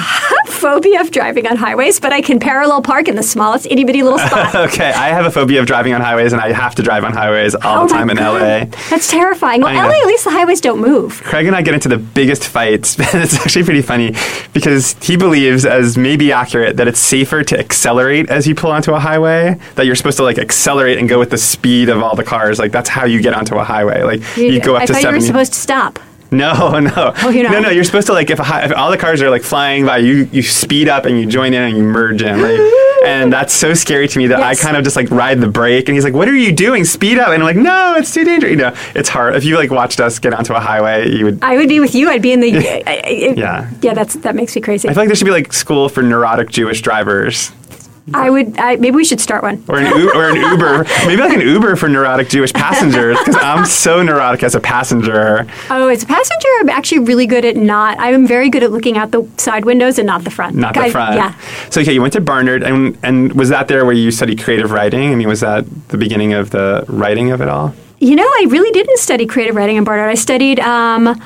Speaker 2: phobia of driving on highways, but I can parallel park in the smallest itty bitty little spot.
Speaker 1: Okay, I have a phobia of driving on highways, and I have to drive on highways all
Speaker 2: Oh
Speaker 1: the
Speaker 2: my
Speaker 1: time in
Speaker 2: God.
Speaker 1: LA.
Speaker 2: That's terrifying. Well,
Speaker 1: I know.
Speaker 2: LA, at least the highways don't move.
Speaker 1: Craig and I get into the biggest fights. it's actually pretty funny because he believes, as maybe accurate, that it's safer to accelerate as you pull onto a highway. That you're supposed to like accelerate and go with the speed of all the cars. Like that's how you get onto a highway. Like you, go up
Speaker 2: I
Speaker 1: to
Speaker 2: thought you
Speaker 1: seventy.
Speaker 2: were supposed to stop.
Speaker 1: No, no.
Speaker 2: Oh, you're not?
Speaker 1: No, no. You're supposed to like if, a hi- if all the cars are like flying by, you you speed up and you join in and you merge in. Like, and that's so scary to me that
Speaker 2: Yes.
Speaker 1: I kind of just like ride the brake. And he's like, "What are you doing? Speed up!" And I'm like, "No, it's too dangerous." You know, it's hard. If you like watched us get onto a highway, you would. I
Speaker 2: I would be with you. I'd be in the. I- I-
Speaker 1: Yeah.
Speaker 2: Yeah, that's that makes me crazy. I,
Speaker 1: feel like there should be like school for neurotic Jewish drivers,
Speaker 2: would. I, maybe we should start one.
Speaker 1: or an U- or an Uber, maybe like an Uber for neurotic Jewish passengers, because I'm so neurotic as a passenger.
Speaker 2: Oh, as a passenger, I'm actually really good at not. I'm very good at looking out the side windows and not the front.
Speaker 1: Not
Speaker 2: Like,
Speaker 1: the
Speaker 2: I-
Speaker 1: front.
Speaker 2: Yeah.
Speaker 1: So okay, you went to Barnard, and and was that there where you studied creative writing? I mean, was that the beginning of the writing of it all?
Speaker 2: You know, I really didn't study creative writing in Barnard. I studied. Um,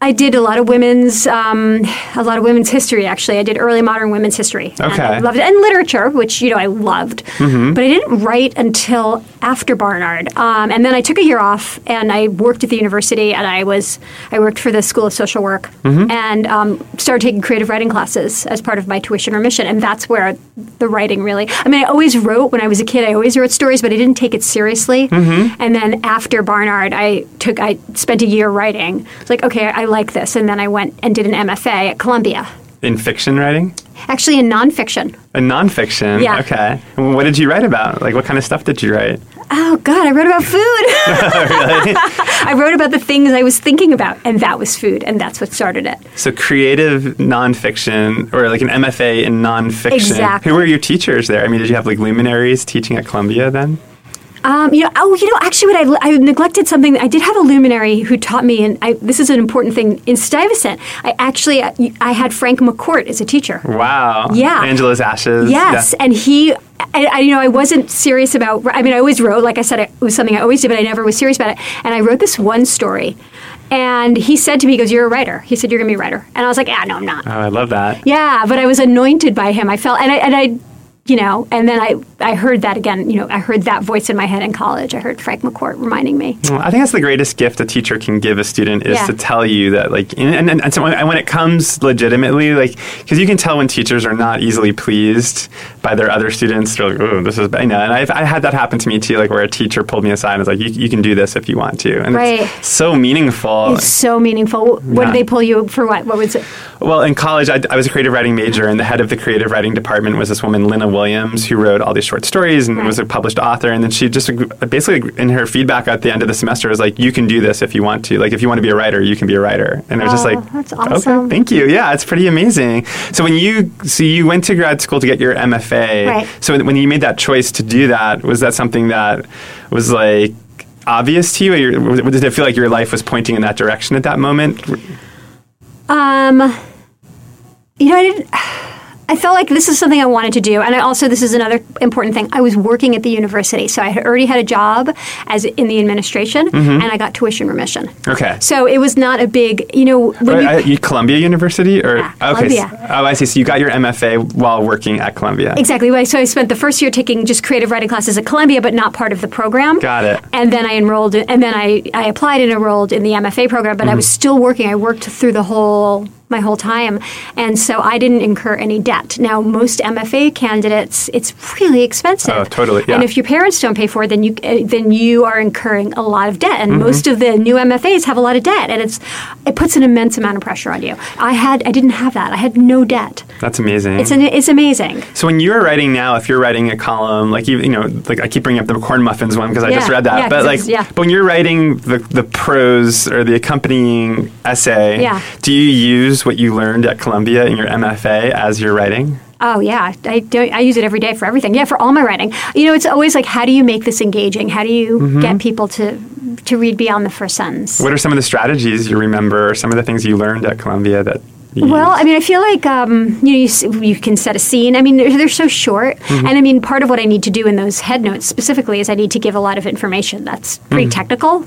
Speaker 2: I did a lot of women's, um, a lot of women's history. Actually, I did early modern women's history. And
Speaker 1: Okay.
Speaker 2: I loved it. and literature, which you know I loved. But I didn't write until after Barnard, um, and then I took a year off and I worked at the university and I was I worked for the School of Social Work and um, started taking creative writing classes as part of my tuition remission, and that's where the writing really. I mean, I always wrote when I was a kid. I always wrote stories, but I didn't take it seriously. And then after Barnard, I took I spent a year writing. It's like okay, I like this, and then I went and did an MFA at Columbia.
Speaker 1: In fiction writing,
Speaker 2: Actually, in nonfiction.
Speaker 1: in nonfiction.
Speaker 2: Yeah.
Speaker 1: Okay. And what did you write about? Like, what kind of stuff did you write?
Speaker 2: Oh God, I wrote about food. I wrote about the things I was thinking about, and that was food, and that's what started it.
Speaker 1: So creative nonfiction, or like an MFA in nonfiction.
Speaker 2: Exactly.
Speaker 1: Who were your teachers there? I mean, did you have like luminaries teaching at Columbia then?
Speaker 2: Um, you know, oh, you know, actually, what I, I neglected something. I did have a luminary who taught me, and I, this is an important thing in Stuyvesant. I actually, I, I had Frank McCourt as a teacher.
Speaker 1: Wow.
Speaker 2: Yeah.
Speaker 1: Angela's ashes.
Speaker 2: Yes,
Speaker 1: Yeah.
Speaker 2: and he I, I, you know, I wasn't serious about. I mean, I always wrote, like I said, it was something I always did, but I never was serious about it. And I wrote this one story, and he said to me, "He goes, you're a writer." He said, "You're gonna be a writer," and I was like, "Ah, no, I'm not."
Speaker 1: Oh, I love that.
Speaker 2: Yeah, but I was anointed by him. I felt, and I, and I, you know, and then I, I heard that again. You know, I heard that voice in my head in college. I heard Frank McCourt reminding me.
Speaker 1: Well, I think that's the greatest gift a teacher can give a student is
Speaker 2: Yeah.
Speaker 1: to tell you that, like, and, and, and, and, so when, and when it comes legitimately, like, because you can tell when teachers are not easily pleased by their other students. They're like, oh, this is, bad," you know, and I've, I had that happen to me too, like, where a teacher pulled me aside and was like, you, you can do this if you want to. And
Speaker 2: Right.
Speaker 1: it's so meaningful.
Speaker 2: It's so meaningful. What
Speaker 1: Yeah.
Speaker 2: did they pull you for? What? What was it?
Speaker 1: Well, in college, I, I was a creative writing major, and the head of the creative writing department was this woman, Lina Williams, who wrote all these short stories and was a published author. And then she just ag- basically, in her feedback at the end of the semester, was like, "You can do this if you want to. Like, if you want to be a writer, you can be a writer." And it was just
Speaker 2: Oh,
Speaker 1: like,
Speaker 2: that's awesome.
Speaker 1: Okay, thank you. Yeah, it's pretty amazing. So when you so you went to grad school to get your MFA.
Speaker 2: Right.
Speaker 1: So when- when you made that choice to do that, was that something that was like? obvious to you or your- was it- did it feel like your life was pointing in that direction at that moment
Speaker 2: Um, you know, I didn't. I felt like this is something I wanted to do, and I also this is another important thing. I was working at the university, so I had already had a job as in the administration,
Speaker 1: Mm-hmm.
Speaker 2: and I got tuition remission.
Speaker 1: okay
Speaker 2: So it was not a big, you know, when
Speaker 1: Right,
Speaker 2: you,
Speaker 1: at you- Columbia University or
Speaker 2: Yeah,
Speaker 1: okay. s-
Speaker 2: Columbia.
Speaker 1: Oh, I see. So you got your MFA while working at Columbia.
Speaker 2: Exactly. Well, So I spent the first year taking just creative writing classes at Columbia, but not part of the program.
Speaker 1: Got it.
Speaker 2: And then I enrolled, and then I, I applied and enrolled in the MFA program, but I was
Speaker 1: Mm-hmm.
Speaker 2: still working. I worked through the whole my whole time, and so I didn't incur any debt. Now, most MFA candidates, it's really expensive.
Speaker 1: Oh, totally, yeah.
Speaker 2: And if your parents don't pay for it, then you uh, then you are incurring a lot of debt, and
Speaker 1: Mm-hmm.
Speaker 2: most of the new MFAs have a lot of debt, and it's it puts an immense amount of pressure on you. I had I didn't have that. I had no debt.
Speaker 1: That's amazing.
Speaker 2: It's an, it's amazing.
Speaker 1: so when you're writing now, if you're writing a column, like you, you know, like I keep bringing up the corn muffins one because I just
Speaker 2: Yeah,
Speaker 1: read that.
Speaker 2: yeah,
Speaker 1: but
Speaker 2: 'cause
Speaker 1: like,
Speaker 2: it's- yeah.
Speaker 1: but when you're writing the the prose or the accompanying essay,
Speaker 2: Yeah.
Speaker 1: do you use what you learned at Columbia in your MFA as you're writing?
Speaker 2: Oh yeah, I don't. I use it every day for everything. Yeah, for all my writing. You know, it's always like, how do you make this engaging? How do you get people to to read beyond the first sentence?
Speaker 1: What are some of the strategies you remember? Or some of the things you learned at Columbia that you
Speaker 2: Well,
Speaker 1: used?
Speaker 2: I mean, I feel like um, you know you, s- you can set a scene. I mean, they're, they're so short, and I mean, part of what I need to do in those head notes specifically is I need to give a lot of information that's pretty technical,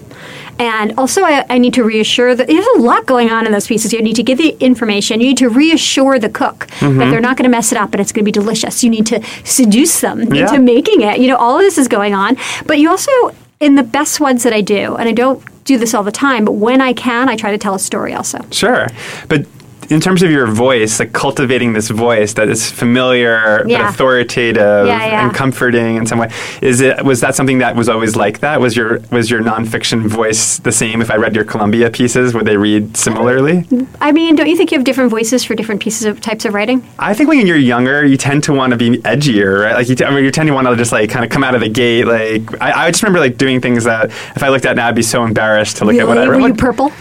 Speaker 2: and also I, I need to reassure that there's a lot going on in those pieces. You need to give the information. You need to reassure the cook that they're not going to mess it up and it's going to be delicious. You need to seduce them
Speaker 1: Yeah.
Speaker 2: into making it. You know, all of this is going on, but you also in the best ones that I do, and I don't do this all the time, but when I can, I try to tell a story also.
Speaker 1: Sure, but in terms of your voice, like cultivating this voice that is familiar
Speaker 2: Yeah.
Speaker 1: but authoritative
Speaker 2: Yeah, yeah.
Speaker 1: and comforting in some way, is it was that something that was always like that? Was your was your nonfiction voice the same? If I read your Columbia pieces, would they read similarly?
Speaker 2: I mean, don't you think you have different voices for different pieces of types of writing?
Speaker 1: I think when you're younger, you tend to want to be edgier, right? Like you, t- I mean, you tend to want to just like kind of come out of the gate. Like I, I just remember like doing things that if I looked at now, I'd be so embarrassed to look at what I
Speaker 2: Really?
Speaker 1: wrote.
Speaker 2: Were you
Speaker 1: What-
Speaker 2: purple?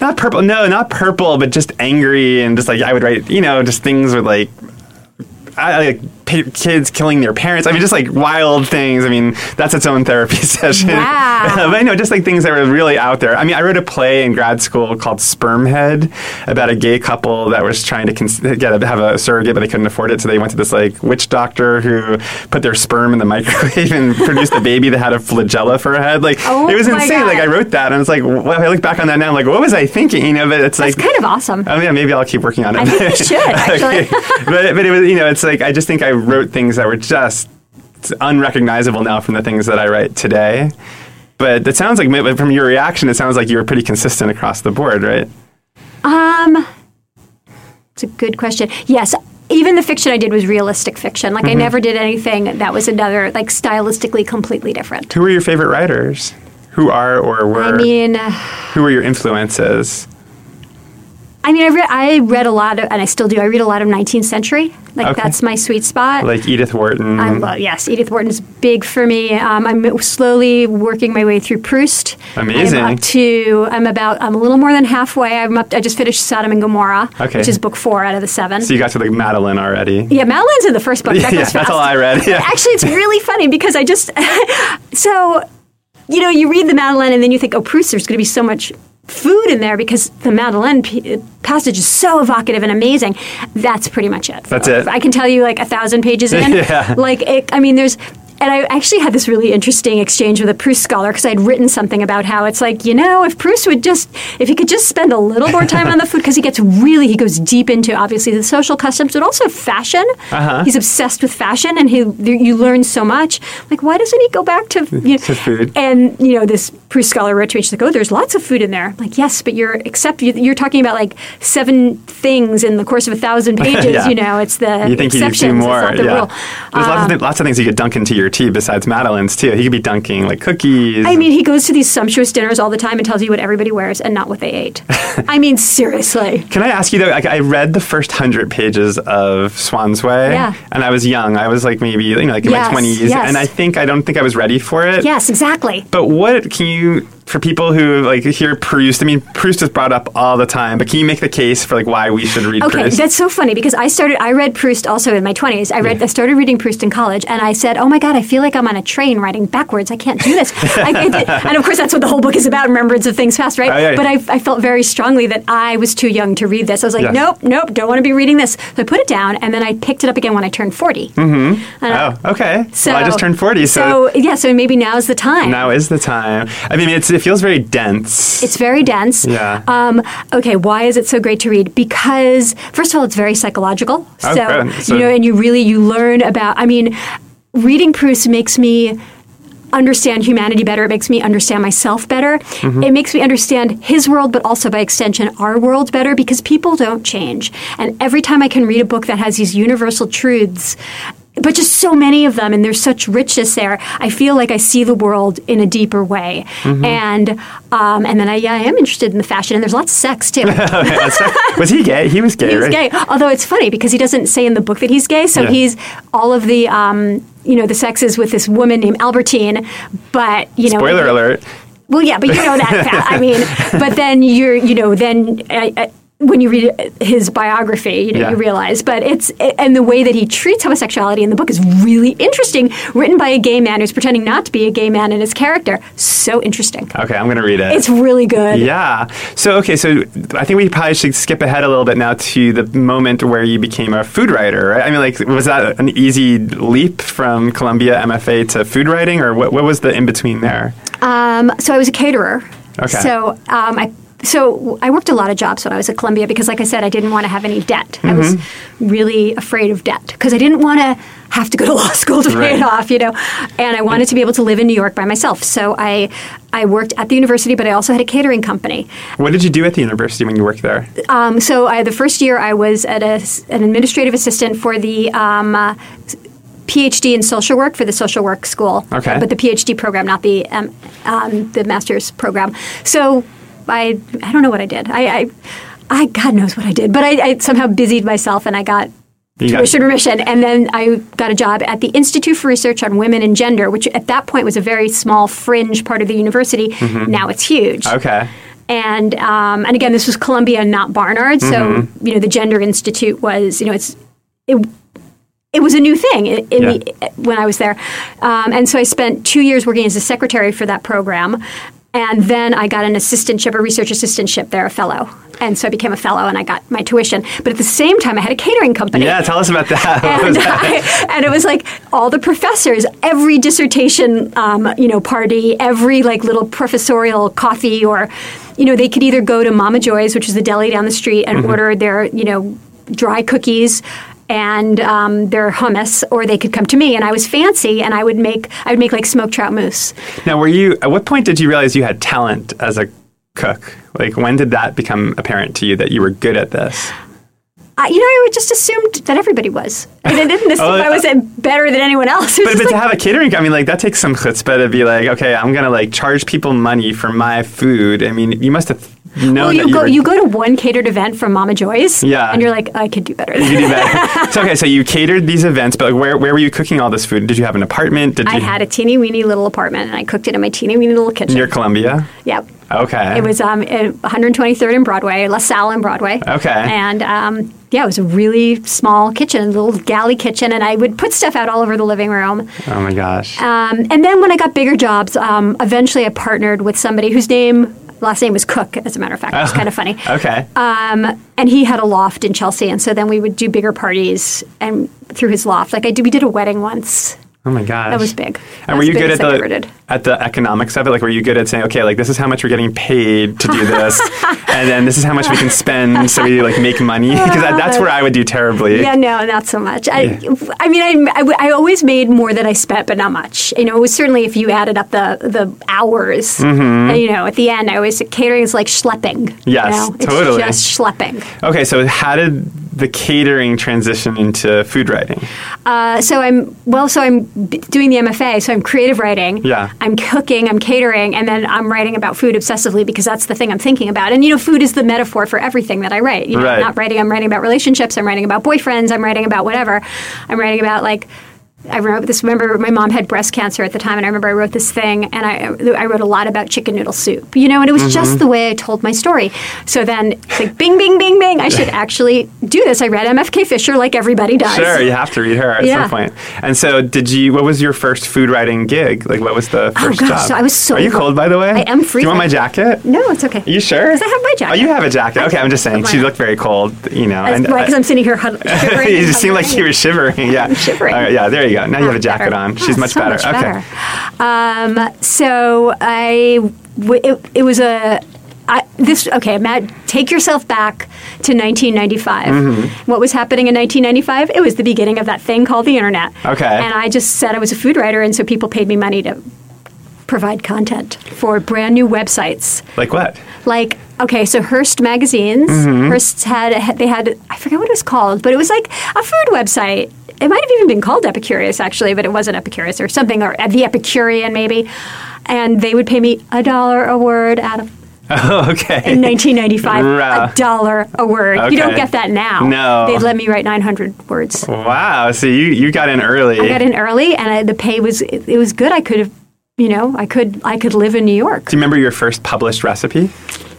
Speaker 1: not purple no not purple but just angry and just like i would write you know just things with like I, like p- kids killing their parents i mean just like wild things i mean that's its own therapy session
Speaker 2: Wow.
Speaker 1: but i know just like things that were really out there i mean i wrote a play in grad school called sperm head about a gay couple that was trying to cons- get a, have a surrogate but they couldn't afford it so they went to this like witch doctor who put their sperm in the microwave and produced a baby that had a flagella for a head like
Speaker 2: Oh
Speaker 1: it was
Speaker 2: my
Speaker 1: insane like
Speaker 2: God.
Speaker 1: i wrote that and it's like well, if i look back on that now i'm like what was i thinking you know but it's
Speaker 2: It's
Speaker 1: like
Speaker 2: kind of awesome.
Speaker 1: Oh yeah, maybe I'll keep working on it.
Speaker 2: I think you should, actually.
Speaker 1: but but it was you know it's like I just think I wrote things that were just unrecognizable now from the things that I write today. But it sounds like from your reaction, it sounds like you were pretty consistent across the board, right?
Speaker 2: Um, it's a good question. Yes, even the fiction I did was realistic fiction.
Speaker 1: Mm-hmm.
Speaker 2: Like I never did anything that was another like stylistically completely different.
Speaker 1: Who were your favorite writers? Who are or were?
Speaker 2: I mean, uh,
Speaker 1: who were your influences?
Speaker 2: I mean, I read I read a lot of, and I still do. I read a lot of 19th century. Like
Speaker 1: Okay.
Speaker 2: that's my sweet spot.
Speaker 1: Like Edith Wharton.
Speaker 2: I love, yes, Edith Wharton's big for me. Um, I'm slowly working my way through Proust.
Speaker 1: Amazing.
Speaker 2: I'm up to, I'm about, I'm a little more than halfway. I'm up, I just finished Sodom and Gomorrah,
Speaker 1: Okay.
Speaker 2: which is book four out of the seven.
Speaker 1: so you got to like Madeline already.
Speaker 2: yeah, Madeline's in the first book. That
Speaker 1: Yeah, that's
Speaker 2: goes fast.
Speaker 1: all I read. Yeah.
Speaker 2: Actually, it's really funny because I just, so, you know, you read the Madeleine and then you think, oh, Proust, there's going to be so much food in there because the Madeleine p- passage is so evocative and amazing. That's pretty much it.
Speaker 1: That's it.
Speaker 2: I can tell you like a thousand pages in.
Speaker 1: Yeah.
Speaker 2: Like it, I mean, there's. And I actually had this really interesting exchange with a Proust scholar because I'd written something about how it's like, you know, if Proust would just, if he could just spend a little more time on the food, because he gets really, he goes deep into obviously the social customs, but also fashion.
Speaker 1: Uh-huh.
Speaker 2: He's obsessed with fashion and he, you learn so much. Like, why doesn't he go back to, you know,
Speaker 1: To food.
Speaker 2: and you know this Proust scholar wrote to me she's like oh there's lots of food in there I'm like yes but you're except you- you're talking about like seven things in the course of a thousand pages
Speaker 1: Yeah.
Speaker 2: you know it's the
Speaker 1: You think he'd do
Speaker 2: exceptions,
Speaker 1: more?
Speaker 2: it's not the
Speaker 1: yeah.
Speaker 2: rule Um,
Speaker 1: There's lots, of th- lots of things you could dunk into your tea besides Madeline's too. He could be dunking like cookies.
Speaker 2: I mean he goes to these sumptuous dinners all the time and tells you what everybody wears and not what they ate I mean seriously
Speaker 1: Can I ask you though? Like, I read the first hundred pages of Swan's Way,
Speaker 2: Yeah.
Speaker 1: and I was young. I was like maybe you know, like in
Speaker 2: Yes,
Speaker 1: my twenties,
Speaker 2: yes.
Speaker 1: and I think I don't think I was ready for it.
Speaker 2: yes exactly
Speaker 1: But what can you for people who like hear Proust? I mean, Proust is brought up all the time, but can you make the case for like why we should read
Speaker 2: Okay,
Speaker 1: Proust?
Speaker 2: that's so funny because I started. I read Proust also in my twenties. I read. I started reading Proust in college, and I said, "Oh my god, I feel like I'm on a train riding backwards. I can't do this." I, I did- and of course, that's what the whole book is about: remembrance of things past, right?
Speaker 1: Oh, yeah, yeah.
Speaker 2: But I, I felt very strongly that I was too young to read this. I was like,
Speaker 1: Yes.
Speaker 2: "Nope, nope, don't want to be reading this." So I put it down, and then I picked it up again when I turned 40 Mm-hmm.
Speaker 1: oh, okay. well, I just turned forty, so,
Speaker 2: yeah, so maybe now's the time.
Speaker 1: now is the time. I mean, it's, it feels very dense.
Speaker 2: It's very dense.
Speaker 1: Yeah.
Speaker 2: Um, okay, why is it so great to read? Because first of all, it's very psychological.
Speaker 1: Oh,
Speaker 2: So,
Speaker 1: good. So-
Speaker 2: you know, and you really you learn about. I mean, reading Proust makes me understand humanity better. It makes me understand myself better. It makes me understand his world, but also by extension our world better because people don't change. And every time I can read a book that has these universal truths. But just so many of them, and there's such richness there. I feel like I see the world in a deeper way, and um, and then I, yeah, I am interested in the fashion, and there's lots of sex too.
Speaker 1: was he gay? He was gay,
Speaker 2: He's
Speaker 1: right?
Speaker 2: gay. Although it's funny because he doesn't say in the book that he's gay. So
Speaker 1: Yeah.
Speaker 2: he's all of the um, you know the sexes with this woman named Albertine, but you know
Speaker 1: Spoiler alert.
Speaker 2: Well, yeah, but you know that. Pat. I mean, but then you're you know then. I, I, when you read his biography, you know
Speaker 1: Yeah.
Speaker 2: you realize. But it's and the way that he treats homosexuality in the book is really interesting. Written by a gay man who's pretending not to be a gay man in his character, so interesting.
Speaker 1: Okay, I'm gonna read it.
Speaker 2: It's really good.
Speaker 1: Yeah. So okay, so I think we probably should skip ahead a little bit now to the moment where you became a food writer, right? I mean, like, was that an easy leap from Columbia MFA to food writing, or what, what was the in between there?
Speaker 2: Um, so I was a caterer.
Speaker 1: Okay.
Speaker 2: So um, I so I worked a lot of jobs when I was at Columbia because, like I said, I didn't want to have any debt. I was
Speaker 1: Mm-hmm.
Speaker 2: really afraid of debt because I didn't want to have to go to law school to pay
Speaker 1: Right.
Speaker 2: it off, you know. And I wanted to be able to live in New York by myself. So I I worked at the university, but I also had a catering company.
Speaker 1: What did you do at the university when you worked there?
Speaker 2: Um, so I, the first year I was at a s an administrative assistant for the um, uh, s- PhD in social work for the social work school.
Speaker 1: Okay.
Speaker 2: But the PhD program, not the um, um, the master's program. So I I don't know what I did. I I, I God knows what I did, but I, I somehow busied myself and I got
Speaker 1: You got-
Speaker 2: tuition remission. And then I got a job at the Institute for Research on Women and Gender, which at that point was a very small fringe part of the university.
Speaker 1: Mm-hmm.
Speaker 2: Now it's huge
Speaker 1: Okay.
Speaker 2: and um, and again, this was Columbia, not Barnard. So
Speaker 1: Mm-hmm.
Speaker 2: you know, the Gender Institute was you know it's it. It was a new thing in, in
Speaker 1: Yeah.
Speaker 2: the, when I was there, um, and so I spent two years working as a secretary for that program, and then I got an assistantship, a research assistantship there, a fellow, and so I became a fellow, and I got my tuition. But at the same time, I had a catering company
Speaker 1: Yeah, tell us about that. What was
Speaker 2: and,
Speaker 1: that?
Speaker 2: I- and it was like all the professors, every dissertation, um, you know, party, every like little professorial coffee, or you know, they could either go to Mama Joy's, which is the deli down the street, and
Speaker 1: Mm-hmm.
Speaker 2: order their you know dry cookies. And um, their hummus, or they could come to me, and I was fancy, and I would make I would make like smoked trout mousse.
Speaker 1: Now, were you? At what point did you realize you had talent as a cook? Like, when did that become apparent to you that you were good at this?
Speaker 2: I, you know, I would just assumed that everybody was, and I didn't assume
Speaker 1: Oh,
Speaker 2: I was uh, better than anyone else. It was
Speaker 1: But,
Speaker 2: just
Speaker 1: but to
Speaker 2: like-
Speaker 1: have a catering, I mean, like that takes some chutzpah to be like, okay, I'm gonna like charge people money for my food. I mean, you must have known
Speaker 2: well,
Speaker 1: that
Speaker 2: you
Speaker 1: you,
Speaker 2: go
Speaker 1: were,
Speaker 2: you go to one catered event from Mama Joy's,
Speaker 1: Yeah.
Speaker 2: and you're like, I could do better. Than
Speaker 1: could do better. so okay, so you catered these events, but like, where where were you cooking all this food? Did you have an apartment? Did
Speaker 2: I
Speaker 1: you,
Speaker 2: had a teeny weeny little apartment and I cooked it in my teeny weeny little kitchen.
Speaker 1: near Columbia?
Speaker 2: yep.
Speaker 1: Okay,
Speaker 2: It was um, at 123rd and Broadway, La Salle and Broadway.
Speaker 1: Okay.
Speaker 2: And um, yeah, it was a really small kitchen, a little galley kitchen, and I would put stuff out all over the living room.
Speaker 1: Oh my gosh.
Speaker 2: uh, Um, and then when I got bigger jobs, um, eventually I partnered with somebody whose name last name was Cook, as a matter of fact. It's kind of funny.
Speaker 1: Oh, Okay.
Speaker 2: Um, and he had a loft in Chelsea, and so then we would do bigger parties and through his loft. Like I did, we did a wedding once.
Speaker 1: oh my gosh.
Speaker 2: That was big. That
Speaker 1: And were
Speaker 2: was
Speaker 1: you
Speaker 2: the
Speaker 1: good at
Speaker 2: biggest I ever
Speaker 1: the
Speaker 2: did.
Speaker 1: at the economics of it? Like, were you good at saying, okay, like this is how much we're getting paid to do this, and then this is how much we can spend so we like make money? Because that, that's where I would do terribly.
Speaker 2: Yeah, no, not so much. I,
Speaker 1: Yeah.
Speaker 2: I mean, I, I w- I always made more than I spent, but not much. You know, it was certainly if you added up the the hours. uh, You know, at the end, I always catering is like schlepping.
Speaker 1: Mm-hmm.
Speaker 2: you
Speaker 1: Yes,
Speaker 2: know? It's
Speaker 1: totally.
Speaker 2: just schlepping.
Speaker 1: Okay, so how did the catering transition into food writing?
Speaker 2: Uh, so I'm well. So I'm b- doing the MFA. So I'm creative writing.
Speaker 1: Yeah.
Speaker 2: I'm cooking. I'm catering, and then I'm writing about food obsessively because that's the thing I'm thinking about. And you know, food is the metaphor for everything that I write. You know,
Speaker 1: Right.
Speaker 2: I'm not writing. I'm writing about relationships. I'm writing about boyfriends. I'm writing about whatever. I'm writing about like. I remember this. Remember, my mom had breast cancer at the time, and I remember I wrote this thing, and I I wrote a lot about chicken noodle soup, you know, and it was
Speaker 1: Mm-hmm.
Speaker 2: just the way I told my story. So then, it's like, bing, bing, bing, bing, I should actually do this. I read MFK Fisher like everybody does.
Speaker 1: Sure, you have to read her at
Speaker 2: Yeah.
Speaker 1: some point. And so, did you? What was your first food writing gig? Like, what was the first
Speaker 2: Oh, gosh,
Speaker 1: job?
Speaker 2: so I was so
Speaker 1: Are you
Speaker 2: cold.
Speaker 1: cold, by the way?
Speaker 2: I am
Speaker 1: Do you
Speaker 2: freezing.
Speaker 1: want my jacket?
Speaker 2: No, it's okay.
Speaker 1: You sure?
Speaker 2: Because I have my jacket.
Speaker 1: Oh, you have a jacket. Okay, I'm just saying.
Speaker 2: Mine.
Speaker 1: She looked very cold, you know.
Speaker 2: That's
Speaker 1: and,
Speaker 2: right, because
Speaker 1: uh,
Speaker 2: I'm sitting here huddled. shivering
Speaker 1: you
Speaker 2: and
Speaker 1: just seemed like she
Speaker 2: huddling.
Speaker 1: was shivering. Yeah,
Speaker 2: shivering. Oh,
Speaker 1: All right, yeah, there you go. Now you have a jacket
Speaker 2: Better.
Speaker 1: on.
Speaker 2: Yeah,
Speaker 1: She's much
Speaker 2: so
Speaker 1: better. okay.
Speaker 2: better. Um, so I, w- it, it was a. I, this okay, Matt. Take yourself back to 1995.
Speaker 1: Mm-hmm.
Speaker 2: What was happening in 1995? It was the beginning of that thing called the internet.
Speaker 1: Okay.
Speaker 2: and I just said I was a food writer, and so people paid me money to provide content for brand new websites
Speaker 1: Like what?
Speaker 2: like okay so hearst magazines
Speaker 1: Mm-hmm.
Speaker 2: hearst's had they had i forget what it was called but it was like a food website it might have even been called epicurious actually but it wasn't epicurious or something or the epicurean maybe and they would pay me a dollar a word out of
Speaker 1: Oh, okay.
Speaker 2: in 1995
Speaker 1: Right.
Speaker 2: a dollar a word you don't
Speaker 1: Okay.
Speaker 2: get that now
Speaker 1: No.
Speaker 2: they'd let me write 900 words
Speaker 1: Wow. So you you got in early.
Speaker 2: i got in early and I, the pay was it, it was good i could have you know i could i could live in new york
Speaker 1: Do you remember your first published recipe?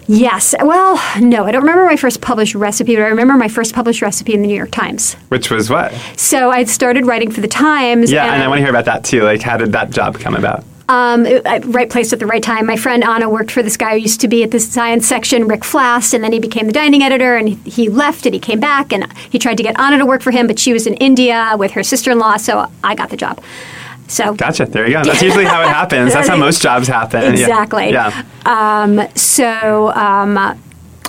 Speaker 2: Yes. Well, no, I don't remember my first published recipe, but I remember my first published recipe in the New York Times.
Speaker 1: Which was what?
Speaker 2: So I started writing for the Times.
Speaker 1: Yeah, and I want to hear about that too. Like, how did that job come about?
Speaker 2: um, it- I- right place at the right time. My friend Anna worked for this guy who used to be at the science section, Rick Flast, and then he became the dining editor. And he- he left, and he came back, and he tried to get Anna to work for him, but she was in India with her sister-in-law, so I got the job. So
Speaker 1: Gotcha. There you go. That's usually how it happens. That's how most jobs happen. Yeah.
Speaker 2: Exactly.
Speaker 1: Yeah.
Speaker 2: Um, so, um, uh,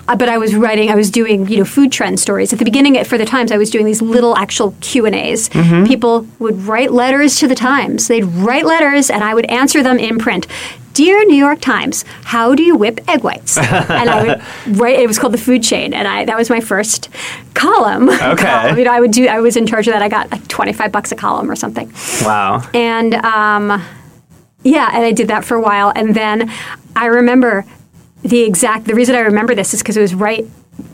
Speaker 2: but I was writing, I was doing, you know, food trend stories. At the beginning, for the Times, I was doing these little actual Q and A's. People would write letters to the Times. They'd write letters, and I would answer them in print. Dear New York Times, how do you whip egg whites? and I would write. It was called the Food Chain, and I that was my first column.
Speaker 1: Okay.
Speaker 2: Column. You know, I would do. I was in charge of that. I got like twenty five bucks a column or something
Speaker 1: Wow.
Speaker 2: and um, yeah, and I did that for a while, and then I remember the exact. The reason I remember this is because it was right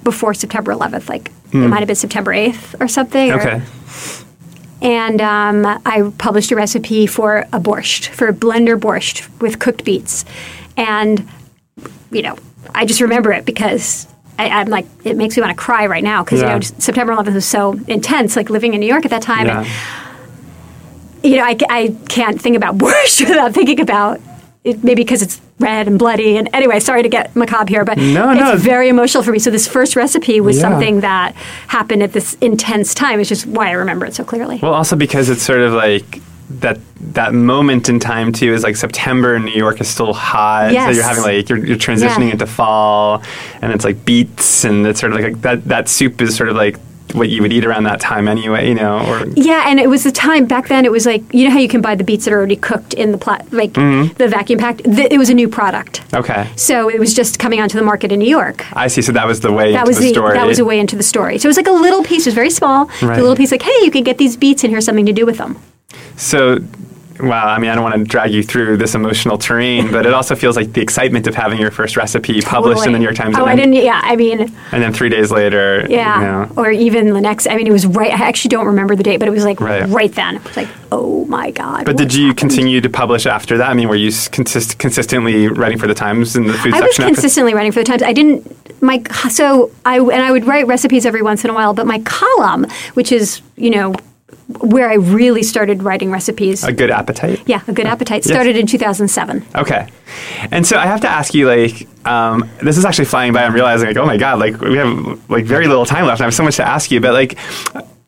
Speaker 2: before September 11th. Like it might have been September 8th or something. or-
Speaker 1: Hmm. Okay.
Speaker 2: and um, I published a recipe for a borscht, for blender borscht with cooked beets. And, you know, I just remember it because I, I'm like, it makes me want to cry right now because, you
Speaker 1: Yeah.
Speaker 2: know, just September 11th was so intense, like living in New York at that time.
Speaker 1: Yeah.
Speaker 2: And, you know, I, ca- I can't think about borscht without thinking about it, maybe because it's red and bloody. And anyway, sorry to get macabre here, but
Speaker 1: No, no.
Speaker 2: it's very emotional for me. So this first recipe was
Speaker 1: Yeah.
Speaker 2: something that happened at this intense time. It's just why I remember it so clearly.
Speaker 1: Well, also because it's sort of like that that moment in time too is like September in New York is still hot, so
Speaker 2: Yes.
Speaker 1: you're having like you're, you're transitioning
Speaker 2: Yeah.
Speaker 1: into fall, and it's like beets and it's sort of like that that soup is sort of like what you would eat around that time anyway, you know, or
Speaker 2: Yeah, and it was the time back then. It was like you know how you can buy the beets that are already cooked in the pla- like
Speaker 1: Mm-hmm.
Speaker 2: the vacuum packed. Th- it was a new product,
Speaker 1: okay.
Speaker 2: so it was just coming onto the market in New York.
Speaker 1: I see. So that was the way
Speaker 2: That
Speaker 1: into
Speaker 2: was
Speaker 1: the
Speaker 2: the,
Speaker 1: story.
Speaker 2: that was a way into the story. So it was like a little piece. It was very small.
Speaker 1: Right.
Speaker 2: A little piece like, hey, you can get these beets, and here's something to do with them.
Speaker 1: So, wow, I mean, I don't want to drag you through this emotional terrain, but it also feels like the excitement of having your first recipe published in the
Speaker 2: Totally.
Speaker 1: New York Times.
Speaker 2: Oh,
Speaker 1: and,
Speaker 2: I
Speaker 1: then,
Speaker 2: didn't. Yeah, I mean,
Speaker 1: and then three days later,
Speaker 2: yeah,
Speaker 1: you know,
Speaker 2: or even the next. I mean, it was right. I actually don't remember the date, but it was like
Speaker 1: Right.
Speaker 2: right, then. It was like, oh my god.
Speaker 1: But did you continue to publish after that? I mean, were you s- consist- consistently writing for the Times in the food
Speaker 2: I was
Speaker 1: section? after-
Speaker 2: consistently writing for the Times. I didn't my so I and I would write recipes every once in a while, but my column, which is you know where I really started writing recipes.
Speaker 1: A good appetite.
Speaker 2: yeah, a good appetite started in 2007.
Speaker 1: Okay. And so I have to ask you, like, um, this is actually flying by. I'm realizing, like, oh my god, like we have like very little time left, and I have so much to ask you. But like,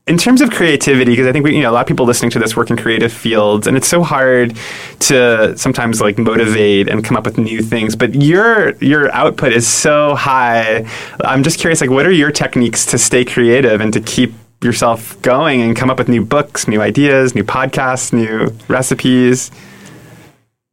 Speaker 1: in terms of creativity, because I think we, you know, a lot of people listening to this work in creative fields, and it's so hard to sometimes like motivate and come up with new things. But your your output is so high. I'm just curious, like, what are your techniques to stay creative and to keep yourself going and come up with new books, new ideas, new podcasts, new recipes?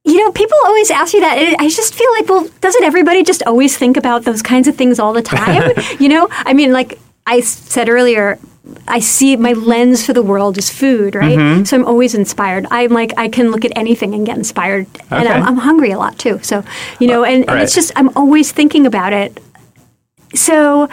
Speaker 2: You know, people always ask you that. and I just feel like, well, doesn't everybody just always think about those kinds of things all the time? you know, I mean, like I s- said earlier, I see my lens for the world is food, right?
Speaker 1: Mm-hmm.
Speaker 2: So I'm always inspired. I'm like, I can look at anything and get inspired. And I'm,
Speaker 1: Okay.
Speaker 2: I'm hungry a lot too. So, you know, and, and
Speaker 1: All
Speaker 2: it's
Speaker 1: right.
Speaker 2: just, I'm always thinking about it. So,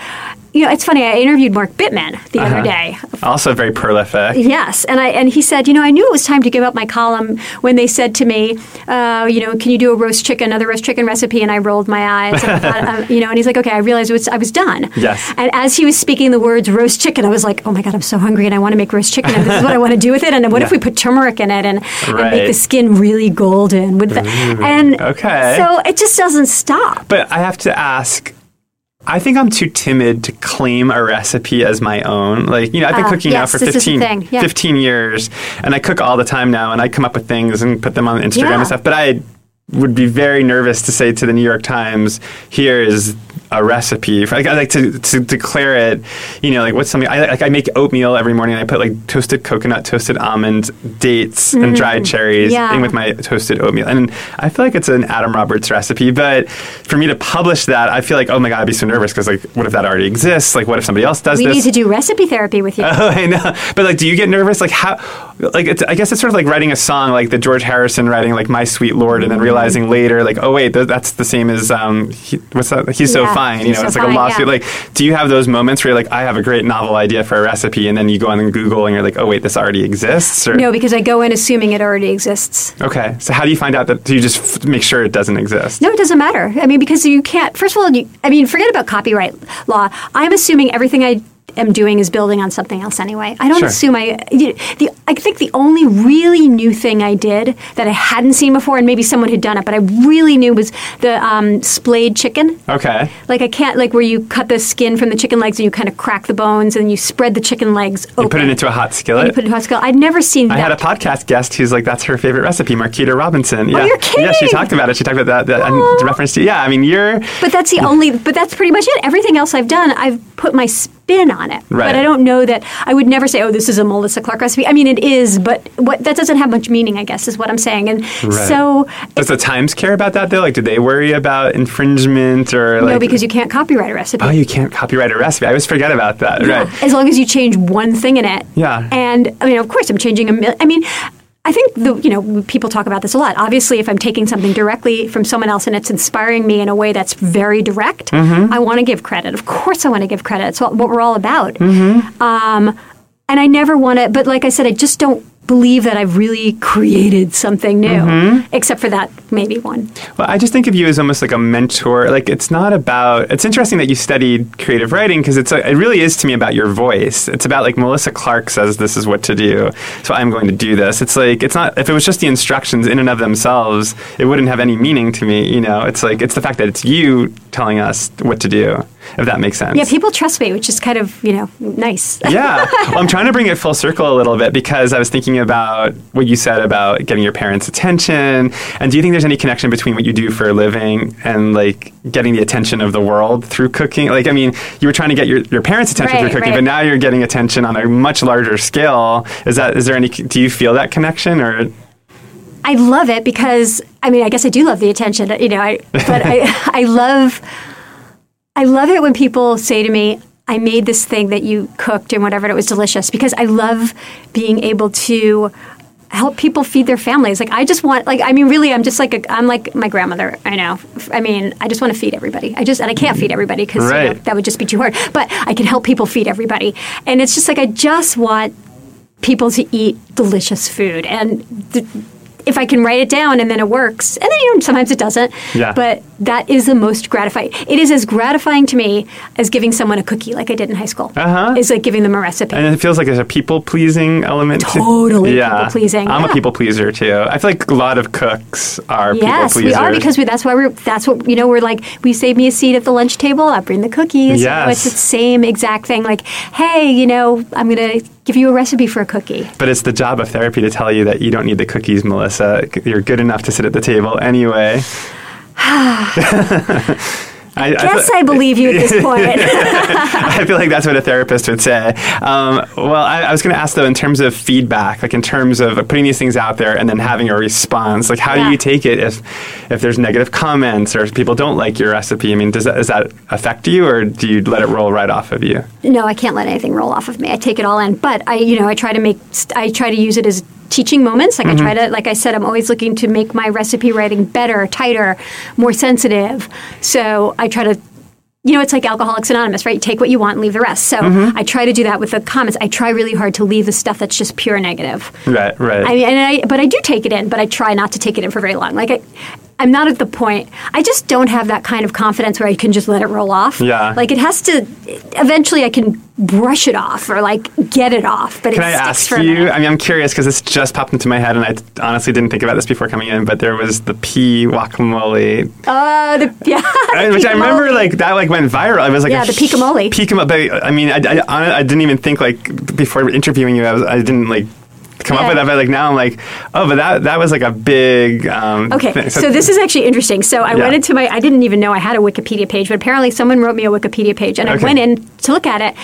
Speaker 2: you know, it's funny. I interviewed Mark Bittman the
Speaker 1: Uh-huh.
Speaker 2: other day
Speaker 1: Also very prolific.
Speaker 2: Yes, and I and he said, you know, I knew it was time to give up my column when they said to me, uh, you know, can you do a roast chicken, another roast chicken recipe? And I rolled my eyes, and I thought, um, you know, and he's like, okay, I realized it was, I was done.
Speaker 1: Yes.
Speaker 2: And as he was speaking the words roast chicken, I was like, oh my god, I'm so hungry, and I want to make roast chicken, and this is what I want to do with it, and what if
Speaker 1: Yeah.
Speaker 2: we put turmeric in it and, and make the
Speaker 1: Right. Mm,
Speaker 2: skin really golden with the and
Speaker 1: okay.
Speaker 2: so it just doesn't stop.
Speaker 1: But I have to ask. I think I'm too timid to claim a recipe as my own. Like, you know, I've been
Speaker 2: Ah,
Speaker 1: cooking
Speaker 2: yes,
Speaker 1: now for
Speaker 2: this is the
Speaker 1: 15,
Speaker 2: thing, yeah.
Speaker 1: 15 years, and I cook all the time now, and I come up with things and put them on Instagram
Speaker 2: Yeah.
Speaker 1: and stuff. But I would be very nervous to say to the New York Times, here is a recipe. For, like, I like to, to declare it, you know, like what's something, I, like I make oatmeal every morning, and I put like toasted coconut, toasted almonds, dates, and dried cherries
Speaker 2: Mm, yeah.
Speaker 1: in with my my toasted oatmeal. And I feel like it's an Adam Roberts recipe, but for me to publish that, I feel like, oh my God, I'd be so nervous because, like, what if that already exists? Like, what if somebody else does
Speaker 2: We
Speaker 1: this?
Speaker 2: need to do recipe therapy with you.
Speaker 1: Oh, I know. But like, do you get nervous? Like how? Like it's, I guess it's sort of like writing a song, like the George Harrison writing like "My Sweet Lord," and then
Speaker 2: Mm-hmm.
Speaker 1: realizing later, like, oh wait, th- that's the same as um, he, what's that? He's
Speaker 2: Yeah,
Speaker 1: so fine. You
Speaker 2: He's
Speaker 1: know,
Speaker 2: So
Speaker 1: it's
Speaker 2: Fine,
Speaker 1: like a lawsuit.
Speaker 2: yeah.
Speaker 1: Like, do you have those moments where you're like, I have a great novel idea for a recipe, and then you go on Google and you're like, oh wait, this already exists? Or
Speaker 2: No, because I go in assuming it already exists.
Speaker 1: okay, so how do you find out that? Do you just f- make sure it doesn't exist?
Speaker 2: No, it doesn't matter. I mean, because you can't. First of all, you, I mean, forget about copyright law. I'm assuming everything I am doing is building on something else anyway. I don't
Speaker 1: Sure.
Speaker 2: assume I. You, the, I think the only really new thing I did that I hadn't seen before, and maybe someone had done it, but I really knew was the um, splayed chicken.
Speaker 1: Okay.
Speaker 2: Like I can't like where you cut the skin from the chicken legs and you kind of crack the bones and you spread the chicken legs open.
Speaker 1: You put it into a hot
Speaker 2: You
Speaker 1: skillet.
Speaker 2: put it into a skull. I'd never seen
Speaker 1: I
Speaker 2: that.
Speaker 1: had a podcast guest who's like, that's her favorite recipe, Marquita Robinson. Yeah.
Speaker 2: Oh, you're
Speaker 1: Yeah, she
Speaker 2: kidding!
Speaker 1: talked about it. She talked about that, that and
Speaker 2: Aw.
Speaker 1: the reference to, yeah, I mean, you're,
Speaker 2: But that's the only. But that's pretty much it. Everything else I've done, I've put my spin on it. But
Speaker 1: Right.
Speaker 2: I don't know that I would never say, "Oh, this is a Melissa Clark recipe." I mean, it is, but what that doesn't have much meaning, I guess, is what I'm saying. And so,
Speaker 1: does the Times care about that though? Like, do they worry about infringement or like,
Speaker 2: no, because you can't copyright a recipe.
Speaker 1: oh, you can't copyright a recipe. I always forget about that. Right.
Speaker 2: As long as you change one thing in it.
Speaker 1: Yeah.
Speaker 2: And I mean, of course, I'm changing a. Mil- I mean. I think the you know people talk about this a lot. Obviously, if I'm taking something directly from someone else and it's inspiring me in a way that's very direct,
Speaker 1: Mm-hmm.
Speaker 2: I want to give credit. Of course, I want to give credit. It's what, what we're all about.
Speaker 1: Mm-hmm.
Speaker 2: Um, and I never want to. But like I said, I just don't believe that I've really created something new,
Speaker 1: Mm-hmm.
Speaker 2: except for that maybe one.
Speaker 1: Well, I just think of you as almost like a mentor. Like, it's not about. It's interesting that you studied creative writing because it's a, it really is to me about your voice. It's about like Melissa Clark says this is what to do, so I'm going to do this. It's like it's not if it was just the instructions in and of themselves, it wouldn't have any meaning to me. You know, it's like it's the fact that it's you telling us what to do, if that makes sense.
Speaker 2: Yeah, people trust me, which is kind of you know nice.
Speaker 1: yeah. Well, I'm trying to bring it full circle a little bit because I was thinking about what you said about getting your parents' attention. And do you think there's any connection between what you do for a living and like getting the attention of the world through cooking? Like, I mean, you were trying to get your, your parents' attention
Speaker 2: Right,
Speaker 1: through cooking,
Speaker 2: right.
Speaker 1: but now you're getting attention on a much larger scale. Is that, is there any, do you feel that connection or?
Speaker 2: I love it because I mean, I guess I do love the attention, you know. I, but I, I love, I love it when people say to me, "I made this thing that you cooked and whatever, and it was delicious." Because I love being able to help people feed their families. Like I just want, like I mean, really, I'm just like a, I'm like my grandmother. I know. I mean, I just want to feed everybody. I just and I can't feed everybody because you know,
Speaker 1: Right.
Speaker 2: that would just be too hard. But I can help people feed everybody, and it's just like I just want people to eat delicious food and. Th- if I can write it down and then it works, and then you know, sometimes it doesn't.
Speaker 1: Yeah.
Speaker 2: But that is the most gratifying. It is as gratifying to me as giving someone a cookie, like I did in high school.
Speaker 1: Uh-huh.
Speaker 2: It's like giving them a recipe.
Speaker 1: And it feels like there's a people pleasing element. to-
Speaker 2: Totally people-pleasing,
Speaker 1: I'm
Speaker 2: yeah.
Speaker 1: a people pleaser too. I feel like a lot of cooks are people
Speaker 2: Yes,
Speaker 1: pleasers.
Speaker 2: we are because we, that's why we're that's what you know we're like we save me a seat at the lunch table. I bring the cookies. You know,
Speaker 1: Yes.
Speaker 2: it's the same exact thing. Like, hey, you know, I'm gonna give you a recipe for a cookie.
Speaker 1: But it's the job of therapy to tell you that you don't need the cookies, Melissa. You're good enough to sit at the table anyway. I, I
Speaker 2: Yes,
Speaker 1: feel-
Speaker 2: I believe you at this point.
Speaker 1: I feel like that's what a therapist would say. Um, well, I, I was going to ask though, in terms of feedback, like in terms of putting these things out there and then having a response, like how
Speaker 2: Yeah.
Speaker 1: do you take it if if there's negative comments or if people don't like your recipe? I mean, does that, does that affect you, or do you let it roll right off of you?
Speaker 2: no, I can't let anything roll off of me. I take it all in, but I, you know, I try to make, st- I try to use it as teaching moments. Like I try to, like I said, I'm always looking to make my recipe writing better, tighter, more sensitive. So I try to. You know, it's like Alcoholics Anonymous, right? You take what you want and leave the rest. So I try to do that with the comments. I try really hard to leave the stuff that's just pure negative.
Speaker 1: Right, right.
Speaker 2: I mean, and I, but I do take it in, but I try not to take it in for very long. Like I, I'm not at the point. I just don't have that kind of confidence where I can just let it roll off.
Speaker 1: Yeah.
Speaker 2: Like it has to. Eventually, I can brush it off or like get it off. But
Speaker 1: Can
Speaker 2: it
Speaker 1: I
Speaker 2: sticks
Speaker 1: ask
Speaker 2: for a
Speaker 1: you?
Speaker 2: minute.
Speaker 1: I mean, I'm curious because this just popped into my head, and I t- honestly didn't think about this before coming in. But there was the pea guacamole,
Speaker 2: Uh, the, yeah.
Speaker 1: I- which I remember
Speaker 2: Guacamole.
Speaker 1: like that like went viral. It was like
Speaker 2: Yeah,
Speaker 1: a
Speaker 2: the guacamole.
Speaker 1: Guacamole, but I mean, I, I, hon- I didn't even think like before interviewing you, I, was, I didn't like come
Speaker 2: Yeah.
Speaker 1: up with that. But like now, I'm like, oh, but that that was like a big. Um,
Speaker 2: Okay,
Speaker 1: thing.
Speaker 2: so this is actually interesting. So I
Speaker 1: Yeah.
Speaker 2: went into my, I didn't even know I had a Wikipedia page, but apparently someone wrote me a Wikipedia page, and I
Speaker 1: Okay.
Speaker 2: went in to look at it,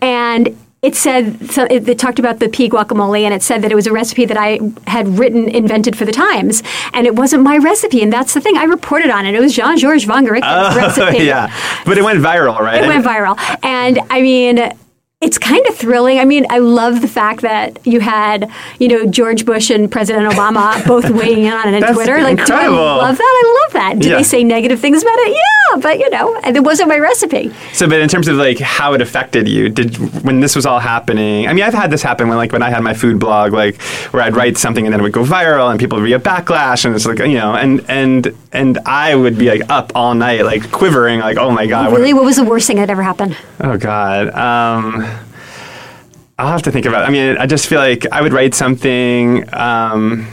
Speaker 2: and it said, so it, it talked about the pea guacamole, and it said that it was a recipe that I had written, invented for the Times, and it wasn't my recipe, and that's the thing. I reported on it. It was Jean Georges Van Garick's recipe.
Speaker 1: Oh, yeah, but it went viral, right?
Speaker 2: It went viral. And I mean, it's kind of thrilling. I mean, I love the fact that you had, you know, George Bush and President Obama both weighing in on it on
Speaker 1: That's
Speaker 2: Twitter. Like, do I
Speaker 1: incredible.
Speaker 2: love that. I love that. Did
Speaker 1: Yeah.
Speaker 2: they say negative things about it? Yeah, but you know, and it wasn't my recipe.
Speaker 1: So, but in terms of like how it affected you, did when this was all happening? I mean, I've had this happen when like when I had my food blog, like where I'd write something and then it would go viral and people would be a backlash, and it's like you know, and and and I would be like up all night, like quivering, like oh my god, what-
Speaker 2: Really, what was the worst thing that ever happened?
Speaker 1: oh god. Um, I'll have to think about. It. I mean, I just feel like I would write something. Um,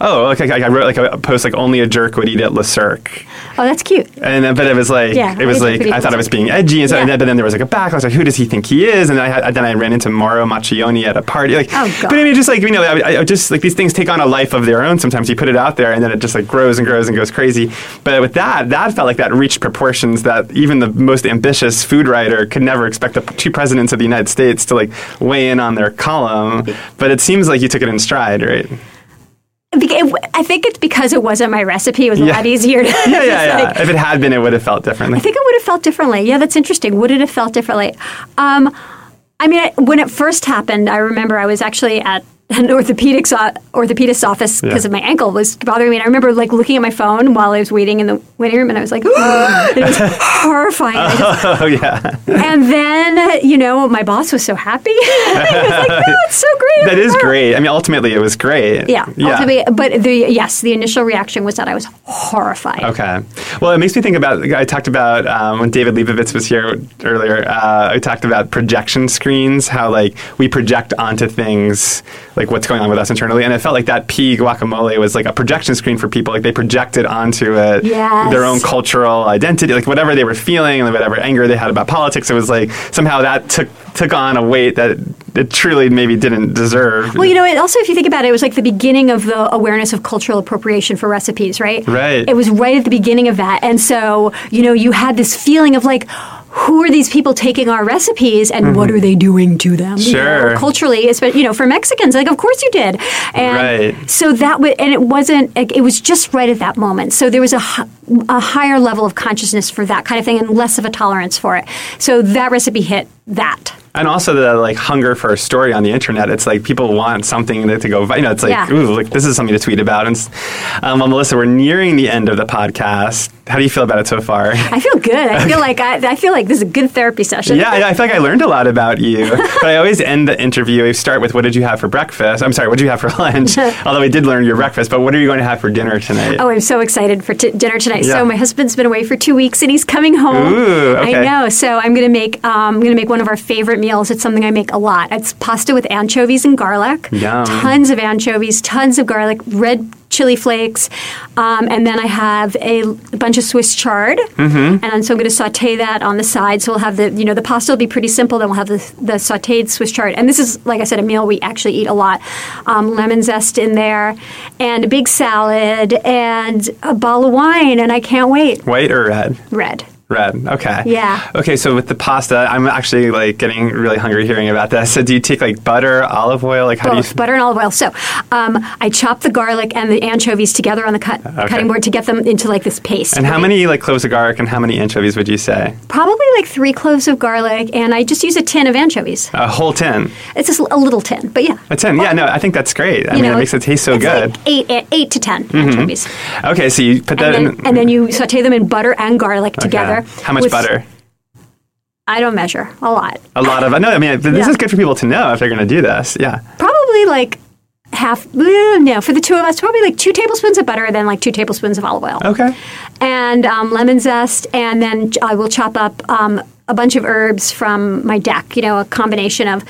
Speaker 1: oh, like, like I wrote like a post like only a jerk would eat at Le Cirque.
Speaker 2: Oh, that's cute.
Speaker 1: And then, but it was like
Speaker 2: Yeah,
Speaker 1: it was
Speaker 2: it's
Speaker 1: like
Speaker 2: pretty
Speaker 1: I thought I
Speaker 2: cool.
Speaker 1: was being edgy, and so and
Speaker 2: Yeah.
Speaker 1: then, but then there was like a backlash. Like, who does he think he is? And then I had, then I ran into Mauro Macchioni at a party. Like,
Speaker 2: Oh, God.
Speaker 1: but I mean, just like you know, I, I just like these things take on a life of their own. Sometimes you put it out there, and then it just like grows and grows and goes crazy. But with that, that felt like that reached proportions that even the most ambitious food writer could never expect the two presidents of the United States to like weigh in on their column. But it seems like you took it in stride, right?
Speaker 2: Beca- it- I think it's because it wasn't my recipe. It was a
Speaker 1: Yeah.
Speaker 2: lot easier. To
Speaker 1: Yeah, yeah, yeah.
Speaker 2: like-
Speaker 1: if it had been, it would have felt differently.
Speaker 2: I think it would have felt differently. Yeah, that's interesting. Would it have felt differently? Um, I mean, I, when it first happened, I remember I was actually at an orthopedics o- orthopedist office because
Speaker 1: Yeah.
Speaker 2: of my ankle was bothering me. And I remember like looking at my phone while I was waiting in the waiting room, and I was like, it was horrifying. I just-
Speaker 1: oh yeah.
Speaker 2: and then you know, my boss was so happy. I was like, "Oh, it's so great!"
Speaker 1: That is
Speaker 2: Oh.
Speaker 1: great. I mean, ultimately, it was great.
Speaker 2: Yeah, ultimately- but the yes, the initial reaction was that I was horrified.
Speaker 1: Okay. Well, it makes me think about. I talked about um, when David Leibovitz was here earlier. Uh, I talked about projection screens, how like we project onto things, like what's going on with us internally. And it felt like that pea guacamole was like a projection screen for people. Like they projected onto it
Speaker 2: Yes.
Speaker 1: their own cultural identity, like whatever they were feeling and whatever anger they had about politics. It was like somehow that took took on a weight that it truly maybe didn't deserve.
Speaker 2: Well, you know, it also, if you think about it, it was like the beginning of the awareness of cultural appropriation for recipes, right?
Speaker 1: Right.
Speaker 2: It was right at the beginning of that. And so, you know, you had this feeling of like, who are these people taking our recipes and what are they doing to them? you know,
Speaker 1: Mm-hmm. Sure.
Speaker 2: culturally, especially, you know, for Mexicans, like, of course you did. And
Speaker 1: Right.
Speaker 2: so that would, and it wasn't, like, it was just right at that moment. So there was a, hi- a higher level of consciousness for that kind of thing and less of a tolerance for it. So that recipe hit that.
Speaker 1: And also the like hunger for a story on the internet. It's like people want something to to go. vi- You know, it's like
Speaker 2: Yeah.
Speaker 1: ooh, like this is something to tweet about. And s- um, well, Melissa, we're nearing the end of the podcast. How do you feel about it so far?
Speaker 2: I feel good. I feel like I, I feel like this is a good therapy session.
Speaker 1: Yeah, I, I feel like I learned a lot about you. but I always end the interview. I start with, "What did you have for breakfast?" I'm sorry, "What did you have for lunch?" Although we did learn your breakfast, but what are you going to have for dinner tonight?
Speaker 2: Oh, I'm so excited for t- dinner tonight.
Speaker 1: Yeah.
Speaker 2: So my husband's been away for two weeks, and he's coming home.
Speaker 1: Ooh, okay.
Speaker 2: I know. Oh, So I'm gonna make um, I'm gonna make one of our favorite meals. It's something I make a lot. It's pasta with anchovies and garlic.
Speaker 1: Yum.
Speaker 2: Tons of anchovies, tons of garlic, red chili flakes, um, and then I have a l- bunch of Swiss chard, mm-hmm. and so I'm gonna saute that on the side. So we'll have the you know the pasta will be pretty simple. Then we'll have the, the sauteed Swiss chard, and this is like I said a meal we actually eat a lot. Um, lemon zest in there, and a big salad, and a bottle of wine, and I can't wait.
Speaker 1: White or red?
Speaker 2: Red.
Speaker 1: Red. Okay.
Speaker 2: Yeah.
Speaker 1: Okay. So with the pasta, I'm actually like getting really hungry hearing about this. So do you take like butter, olive oil? Like how do
Speaker 2: both
Speaker 1: you?
Speaker 2: butter and olive oil. So um, I chop the garlic and the anchovies together on the cut, cutting board to get them into like this paste.
Speaker 1: And how many like cloves of garlic and how many anchovies would you say?
Speaker 2: Probably like three cloves of garlic, and I just use a tin of anchovies.
Speaker 1: A whole tin.
Speaker 2: It's just a little tin, but yeah.
Speaker 1: A tin. Yeah. No, I think that's great. I
Speaker 2: You
Speaker 1: mean,
Speaker 2: know,
Speaker 1: it makes it taste so
Speaker 2: it's
Speaker 1: good.
Speaker 2: Like eight, eight, eight to 10 anchovies,
Speaker 1: okay. So you put that
Speaker 2: and then,
Speaker 1: in.
Speaker 2: and then you saute them in butter and garlic together.
Speaker 1: Okay. How much
Speaker 2: with-
Speaker 1: butter?
Speaker 2: I don't measure a lot.
Speaker 1: A lot of. No, I mean this
Speaker 2: Yeah.
Speaker 1: is good for people to know if they're going to do this. Yeah.
Speaker 2: Probably like half. eh, No, for the two of us, probably like two tablespoons of butter, and then like two tablespoons of olive oil.
Speaker 1: Okay.
Speaker 2: and um, lemon zest, and then ch- I will chop up um, a bunch of herbs from my deck. You know, a combination of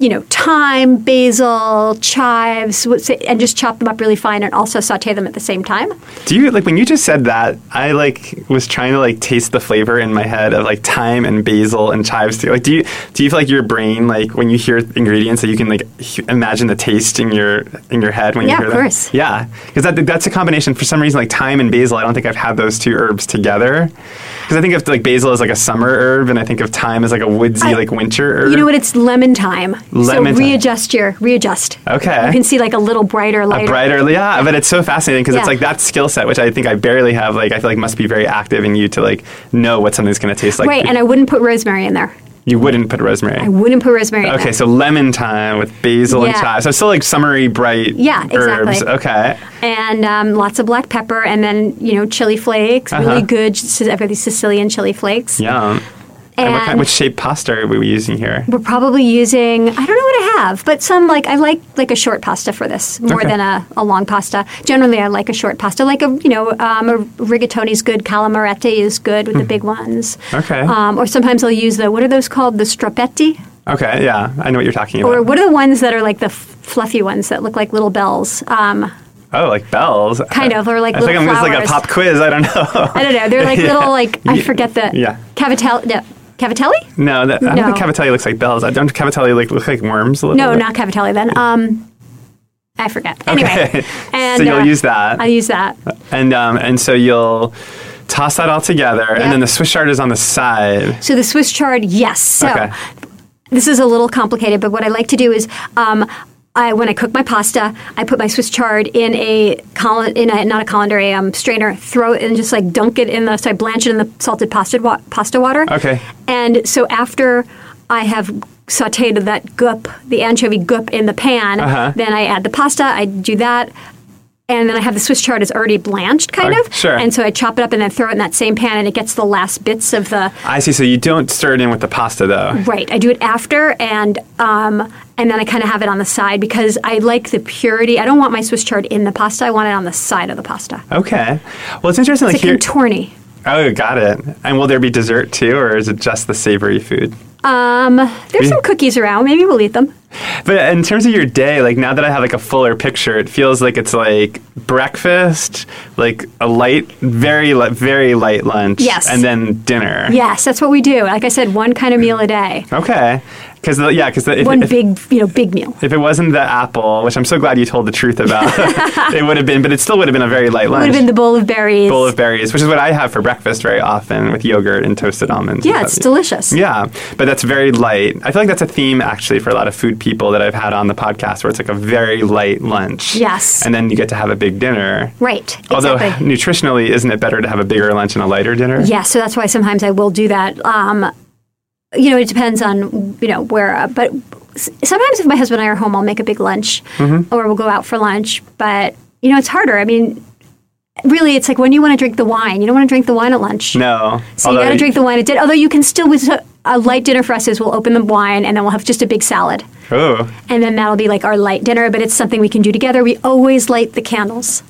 Speaker 2: you know thyme, basil, chives, what's it- and just chop them up really fine, and also saute them at the same time.
Speaker 1: Do you like when you just said that? I like was trying to like taste the flavor in my head of like thyme and basil and chives. Too. Like, do you do you feel like your brain like when you hear ingredients that you can like h- imagine the taste in your in your head when you
Speaker 2: Yeah, of
Speaker 1: hear them?
Speaker 2: course.
Speaker 1: Yeah, because that, that's a combination for some reason like thyme and basil. I don't think I've had those two herbs together because I think of like basil as like a summer herb and I think of thyme as like a woodsy
Speaker 2: I-
Speaker 1: like winter herb.
Speaker 2: You know what? It's lemon time.
Speaker 1: Lemon
Speaker 2: so
Speaker 1: thyme.
Speaker 2: readjust your readjust.
Speaker 1: Okay.
Speaker 2: You can see like a little brighter, lighter.
Speaker 1: brighter yeah but it's so fascinating because
Speaker 2: Yeah.
Speaker 1: it's like that skill set which i think i barely have like i feel like must be very active in you to like know what something's going to taste like
Speaker 2: Right, and I wouldn't put rosemary in there.
Speaker 1: you wouldn't put rosemary
Speaker 2: I wouldn't put rosemary in
Speaker 1: okay
Speaker 2: there.
Speaker 1: so lemon thyme with basil and
Speaker 2: Yeah.
Speaker 1: chives so still like summery bright
Speaker 2: Yeah,
Speaker 1: herbs
Speaker 2: exactly.
Speaker 1: okay
Speaker 2: and um, lots of black pepper, and then you know chili flakes,
Speaker 1: Uh-huh.
Speaker 2: really good. I've got these Sicilian chili flakes.
Speaker 1: yum and, what kind,
Speaker 2: And-
Speaker 1: which shape pasta are we using here
Speaker 2: We're probably using I don't know what I have, but some like I like like a short pasta for this more
Speaker 1: Okay.
Speaker 2: than a, a long pasta. Generally, I like a short pasta, like a you know um, a rigatoni's good, calamarette is good with the big ones.
Speaker 1: Hmm. Okay.
Speaker 2: Um, or sometimes I'll use the what are those called the strappetti
Speaker 1: okay yeah i know what you're talking about
Speaker 2: or what are the ones that are like the f- fluffy ones that look like little bells. Um,
Speaker 1: oh like bells
Speaker 2: Kind of, or like
Speaker 1: i think
Speaker 2: little
Speaker 1: i'm just like a
Speaker 2: flowers.
Speaker 1: pop quiz i don't know
Speaker 2: I don't know. They're like
Speaker 1: Yeah.
Speaker 2: little like I
Speaker 1: Yeah.
Speaker 2: forget the
Speaker 1: Yeah.
Speaker 2: cavatelli. No, cavatelli?
Speaker 1: no, that, i
Speaker 2: No.
Speaker 1: don't think cavatelli looks like bells i don't cavatelli like look like worms a little
Speaker 2: No,
Speaker 1: bit?
Speaker 2: not cavatelli then. Um, I forget. Anyway,
Speaker 1: so you'll
Speaker 2: uh,
Speaker 1: use that
Speaker 2: I'll use that.
Speaker 1: and um, and so you'll toss that all together,
Speaker 2: Yeah.
Speaker 1: and then the Swiss chard is on the side.
Speaker 2: So the Swiss chard, yes. So
Speaker 1: Okay.
Speaker 2: this is a little complicated, but what I like to do is. Um, I, when I cook my pasta, I put my Swiss chard in a col- in a not a colander, a um, strainer. Throw it and just like dunk it in the so I blanch it in the salted pasta wa- pasta water.
Speaker 1: Okay.
Speaker 2: And so after I have sauteed that goop, the anchovy goop in the pan,
Speaker 1: Uh-huh.
Speaker 2: then I add the pasta. I do that, and then I have the Swiss chard is already blanched, kind
Speaker 1: Okay,
Speaker 2: of.
Speaker 1: sure.
Speaker 2: And so I chop it up and then throw it in that same pan, and it gets the last bits of the
Speaker 1: I see. So you don't stir it in with the pasta though.
Speaker 2: Right. I do it after, and um, and then I kind of have it on the side because I like the purity. I don't want my Swiss chard in the pasta. I want it on the side of the pasta.
Speaker 1: Okay. Well, it's interesting.
Speaker 2: It's
Speaker 1: like
Speaker 2: a
Speaker 1: here.
Speaker 2: contorni.
Speaker 1: oh, got it. And will there be dessert too, or is it just the savory food?
Speaker 2: Um, there's some cookies around. Maybe we'll eat them.
Speaker 1: But in terms of your day, like now that I have like a fuller picture, it feels like it's like breakfast, like a light, very, li- very light lunch,
Speaker 2: Yes.
Speaker 1: and then dinner.
Speaker 2: Yes, that's what we do. Like I said, one kind of meal a day.
Speaker 1: Okay. Because yeah, because if,
Speaker 2: One
Speaker 1: if,
Speaker 2: big, you know, big meal.
Speaker 1: If it wasn't the apple, which I'm so glad you told the truth about, it would have been, but it still would have been a very light
Speaker 2: Would
Speaker 1: lunch.
Speaker 2: have been the bowl of berries.
Speaker 1: bowl of berries, which is what I have for breakfast very often with yogurt and toasted almonds.
Speaker 2: yeah, it's delicious.
Speaker 1: Yeah, but that's very light. I feel like that's a theme actually for a lot of food people that I've had on the podcast where it's like a very light lunch.
Speaker 2: Yes.
Speaker 1: And then you get to have a big dinner.
Speaker 2: Right.
Speaker 1: Although
Speaker 2: Exactly.
Speaker 1: nutritionally, isn't it better to have a bigger lunch and a lighter dinner?
Speaker 2: Yeah, so that's why sometimes I will do that. Um, you know, it depends on you know where, uh, but s- sometimes if my husband and I are
Speaker 1: Mm-hmm.
Speaker 2: home, I'll make a big lunch, or we'll go out for lunch. But you know, it's harder. I mean, really, it's like when you want to drink the wine. You don't want to drink the wine at lunch.
Speaker 1: No.
Speaker 2: So you got to drink the wine at dinner. Although you can still with a- a light dinner for us is we'll open the wine and then we'll have just a big salad.
Speaker 1: Oh.
Speaker 2: And then that'll be like our light dinner, but it's something we can do together. We always light the candles.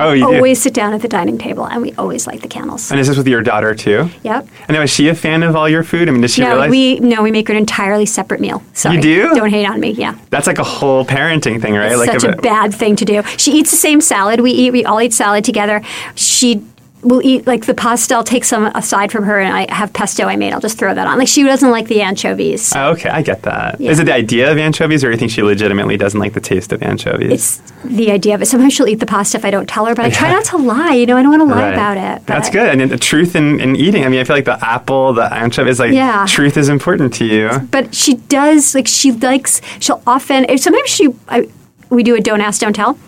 Speaker 1: Oh, you do.
Speaker 2: Always sit down at the dining table and we always light the candles.
Speaker 1: And is this with your daughter too?
Speaker 2: Yep.
Speaker 1: I know. Is she a fan of all your food? I mean, does she
Speaker 2: no,
Speaker 1: realize
Speaker 2: we no, we make an entirely separate meal. Sorry.
Speaker 1: You do?
Speaker 2: Don't hate on me. Yeah.
Speaker 1: that's like a whole parenting thing, right? like
Speaker 2: Such a
Speaker 1: bit-
Speaker 2: bad thing to do. She eats the same salad we eat. We all eat salad together. She will eat like the pasta. I'll take some aside from her, and I have pesto I made. I'll just throw that on. Like she doesn't like the anchovies.
Speaker 1: Oh, okay, I get that. Is it the idea of anchovies, or you think she legitimately doesn't like the taste of anchovies?
Speaker 2: it's the idea of it. Sometimes she'll eat the pasta if I don't tell her, but I try not to lie. You know, I don't want to lie
Speaker 1: Right.
Speaker 2: about it. But
Speaker 1: That's good. And then the truth in, in eating. I mean, I feel like the apple, the anchovy is like
Speaker 2: Yeah.
Speaker 1: truth is important to you.
Speaker 2: But she does like she likes. She'll often. and Sometimes she. I, we do a don't ask, don't tell.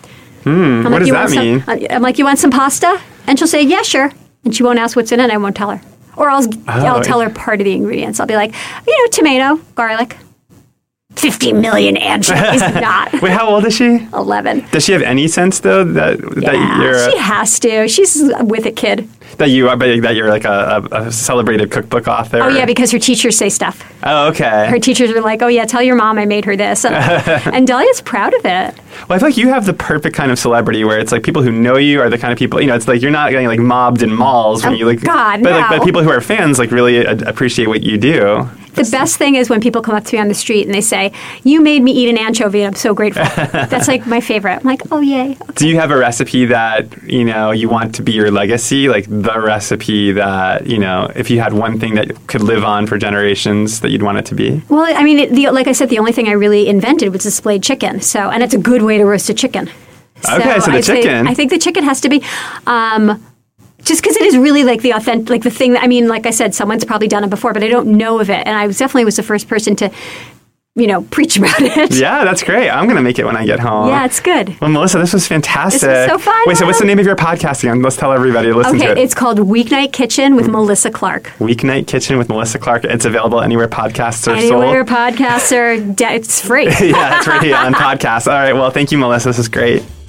Speaker 2: I'm
Speaker 1: Hmm, what does
Speaker 2: "You
Speaker 1: that
Speaker 2: want some-"
Speaker 1: mean?
Speaker 2: I- I'm like, you want some pasta? And she'll say, yeah, sure. And she won't ask what's in it. and I won't tell her. Or I'll
Speaker 1: Oh.
Speaker 2: I'll tell her part of the ingredients. I'll be like, you know, tomato, garlic. 50 million anchovies, not
Speaker 1: Wait, how old is she?
Speaker 2: 11.
Speaker 1: Does she have any sense though that that
Speaker 2: Yeah,
Speaker 1: you're
Speaker 2: she has to. She's with it, kid.
Speaker 1: that you are but that you're like a, a, a celebrated cookbook author?
Speaker 2: Oh, yeah, because her teachers say stuff.
Speaker 1: oh, okay.
Speaker 2: her teachers were like, "Oh yeah, tell your mom I made her this," and, and Dahlia's proud of it.
Speaker 1: Well, I feel like you have the perfect kind of celebrity where it's like people who know you are the kind of people, you know, it's like you're not getting like mobbed in malls when
Speaker 2: Oh,
Speaker 1: you like,
Speaker 2: God,
Speaker 1: but like,
Speaker 2: no.
Speaker 1: but people who are fans like really uh, appreciate what you do.
Speaker 2: The best thing is when people come up to me on the street and they say, "You made me eat an anchovy, and I'm so grateful." That's like my favorite. I'm like, "Oh yay!"
Speaker 1: Do you have a recipe that, you know, you want to be your legacy? Like the recipe that, you know, if you had one thing that could live on for generations that you'd want it to be?
Speaker 2: Well, I mean, it, the, like I said, the only thing I really invented was displayed chicken. So, and it's a good way to roast a chicken.
Speaker 1: Okay, so the
Speaker 2: I think-
Speaker 1: chicken.
Speaker 2: I think the chicken has to be. Um, just because it is really like the authentic, like the thing that I mean, like I said, someone's probably done it before, but I don't know of it, and I was definitely was the first person to, you know, preach about it.
Speaker 1: Yeah, that's great. I'm going to make it when I get home.
Speaker 2: yeah it's good.
Speaker 1: Well, Melissa, this was fantastic.
Speaker 2: so fun.
Speaker 1: Wait, so what's the name of your podcast again? Let's tell everybody to listen
Speaker 2: Okay,
Speaker 1: to it.
Speaker 2: it's called Weeknight Kitchen
Speaker 1: Mm.
Speaker 2: with Melissa Clark.
Speaker 1: Weeknight Kitchen with Melissa Clark. It's available anywhere podcasts are sold.
Speaker 2: Anywhere podcasts are, de- it's free.
Speaker 1: yeah, it's right here on podcasts. All right. Well, thank you, Melissa. This is great.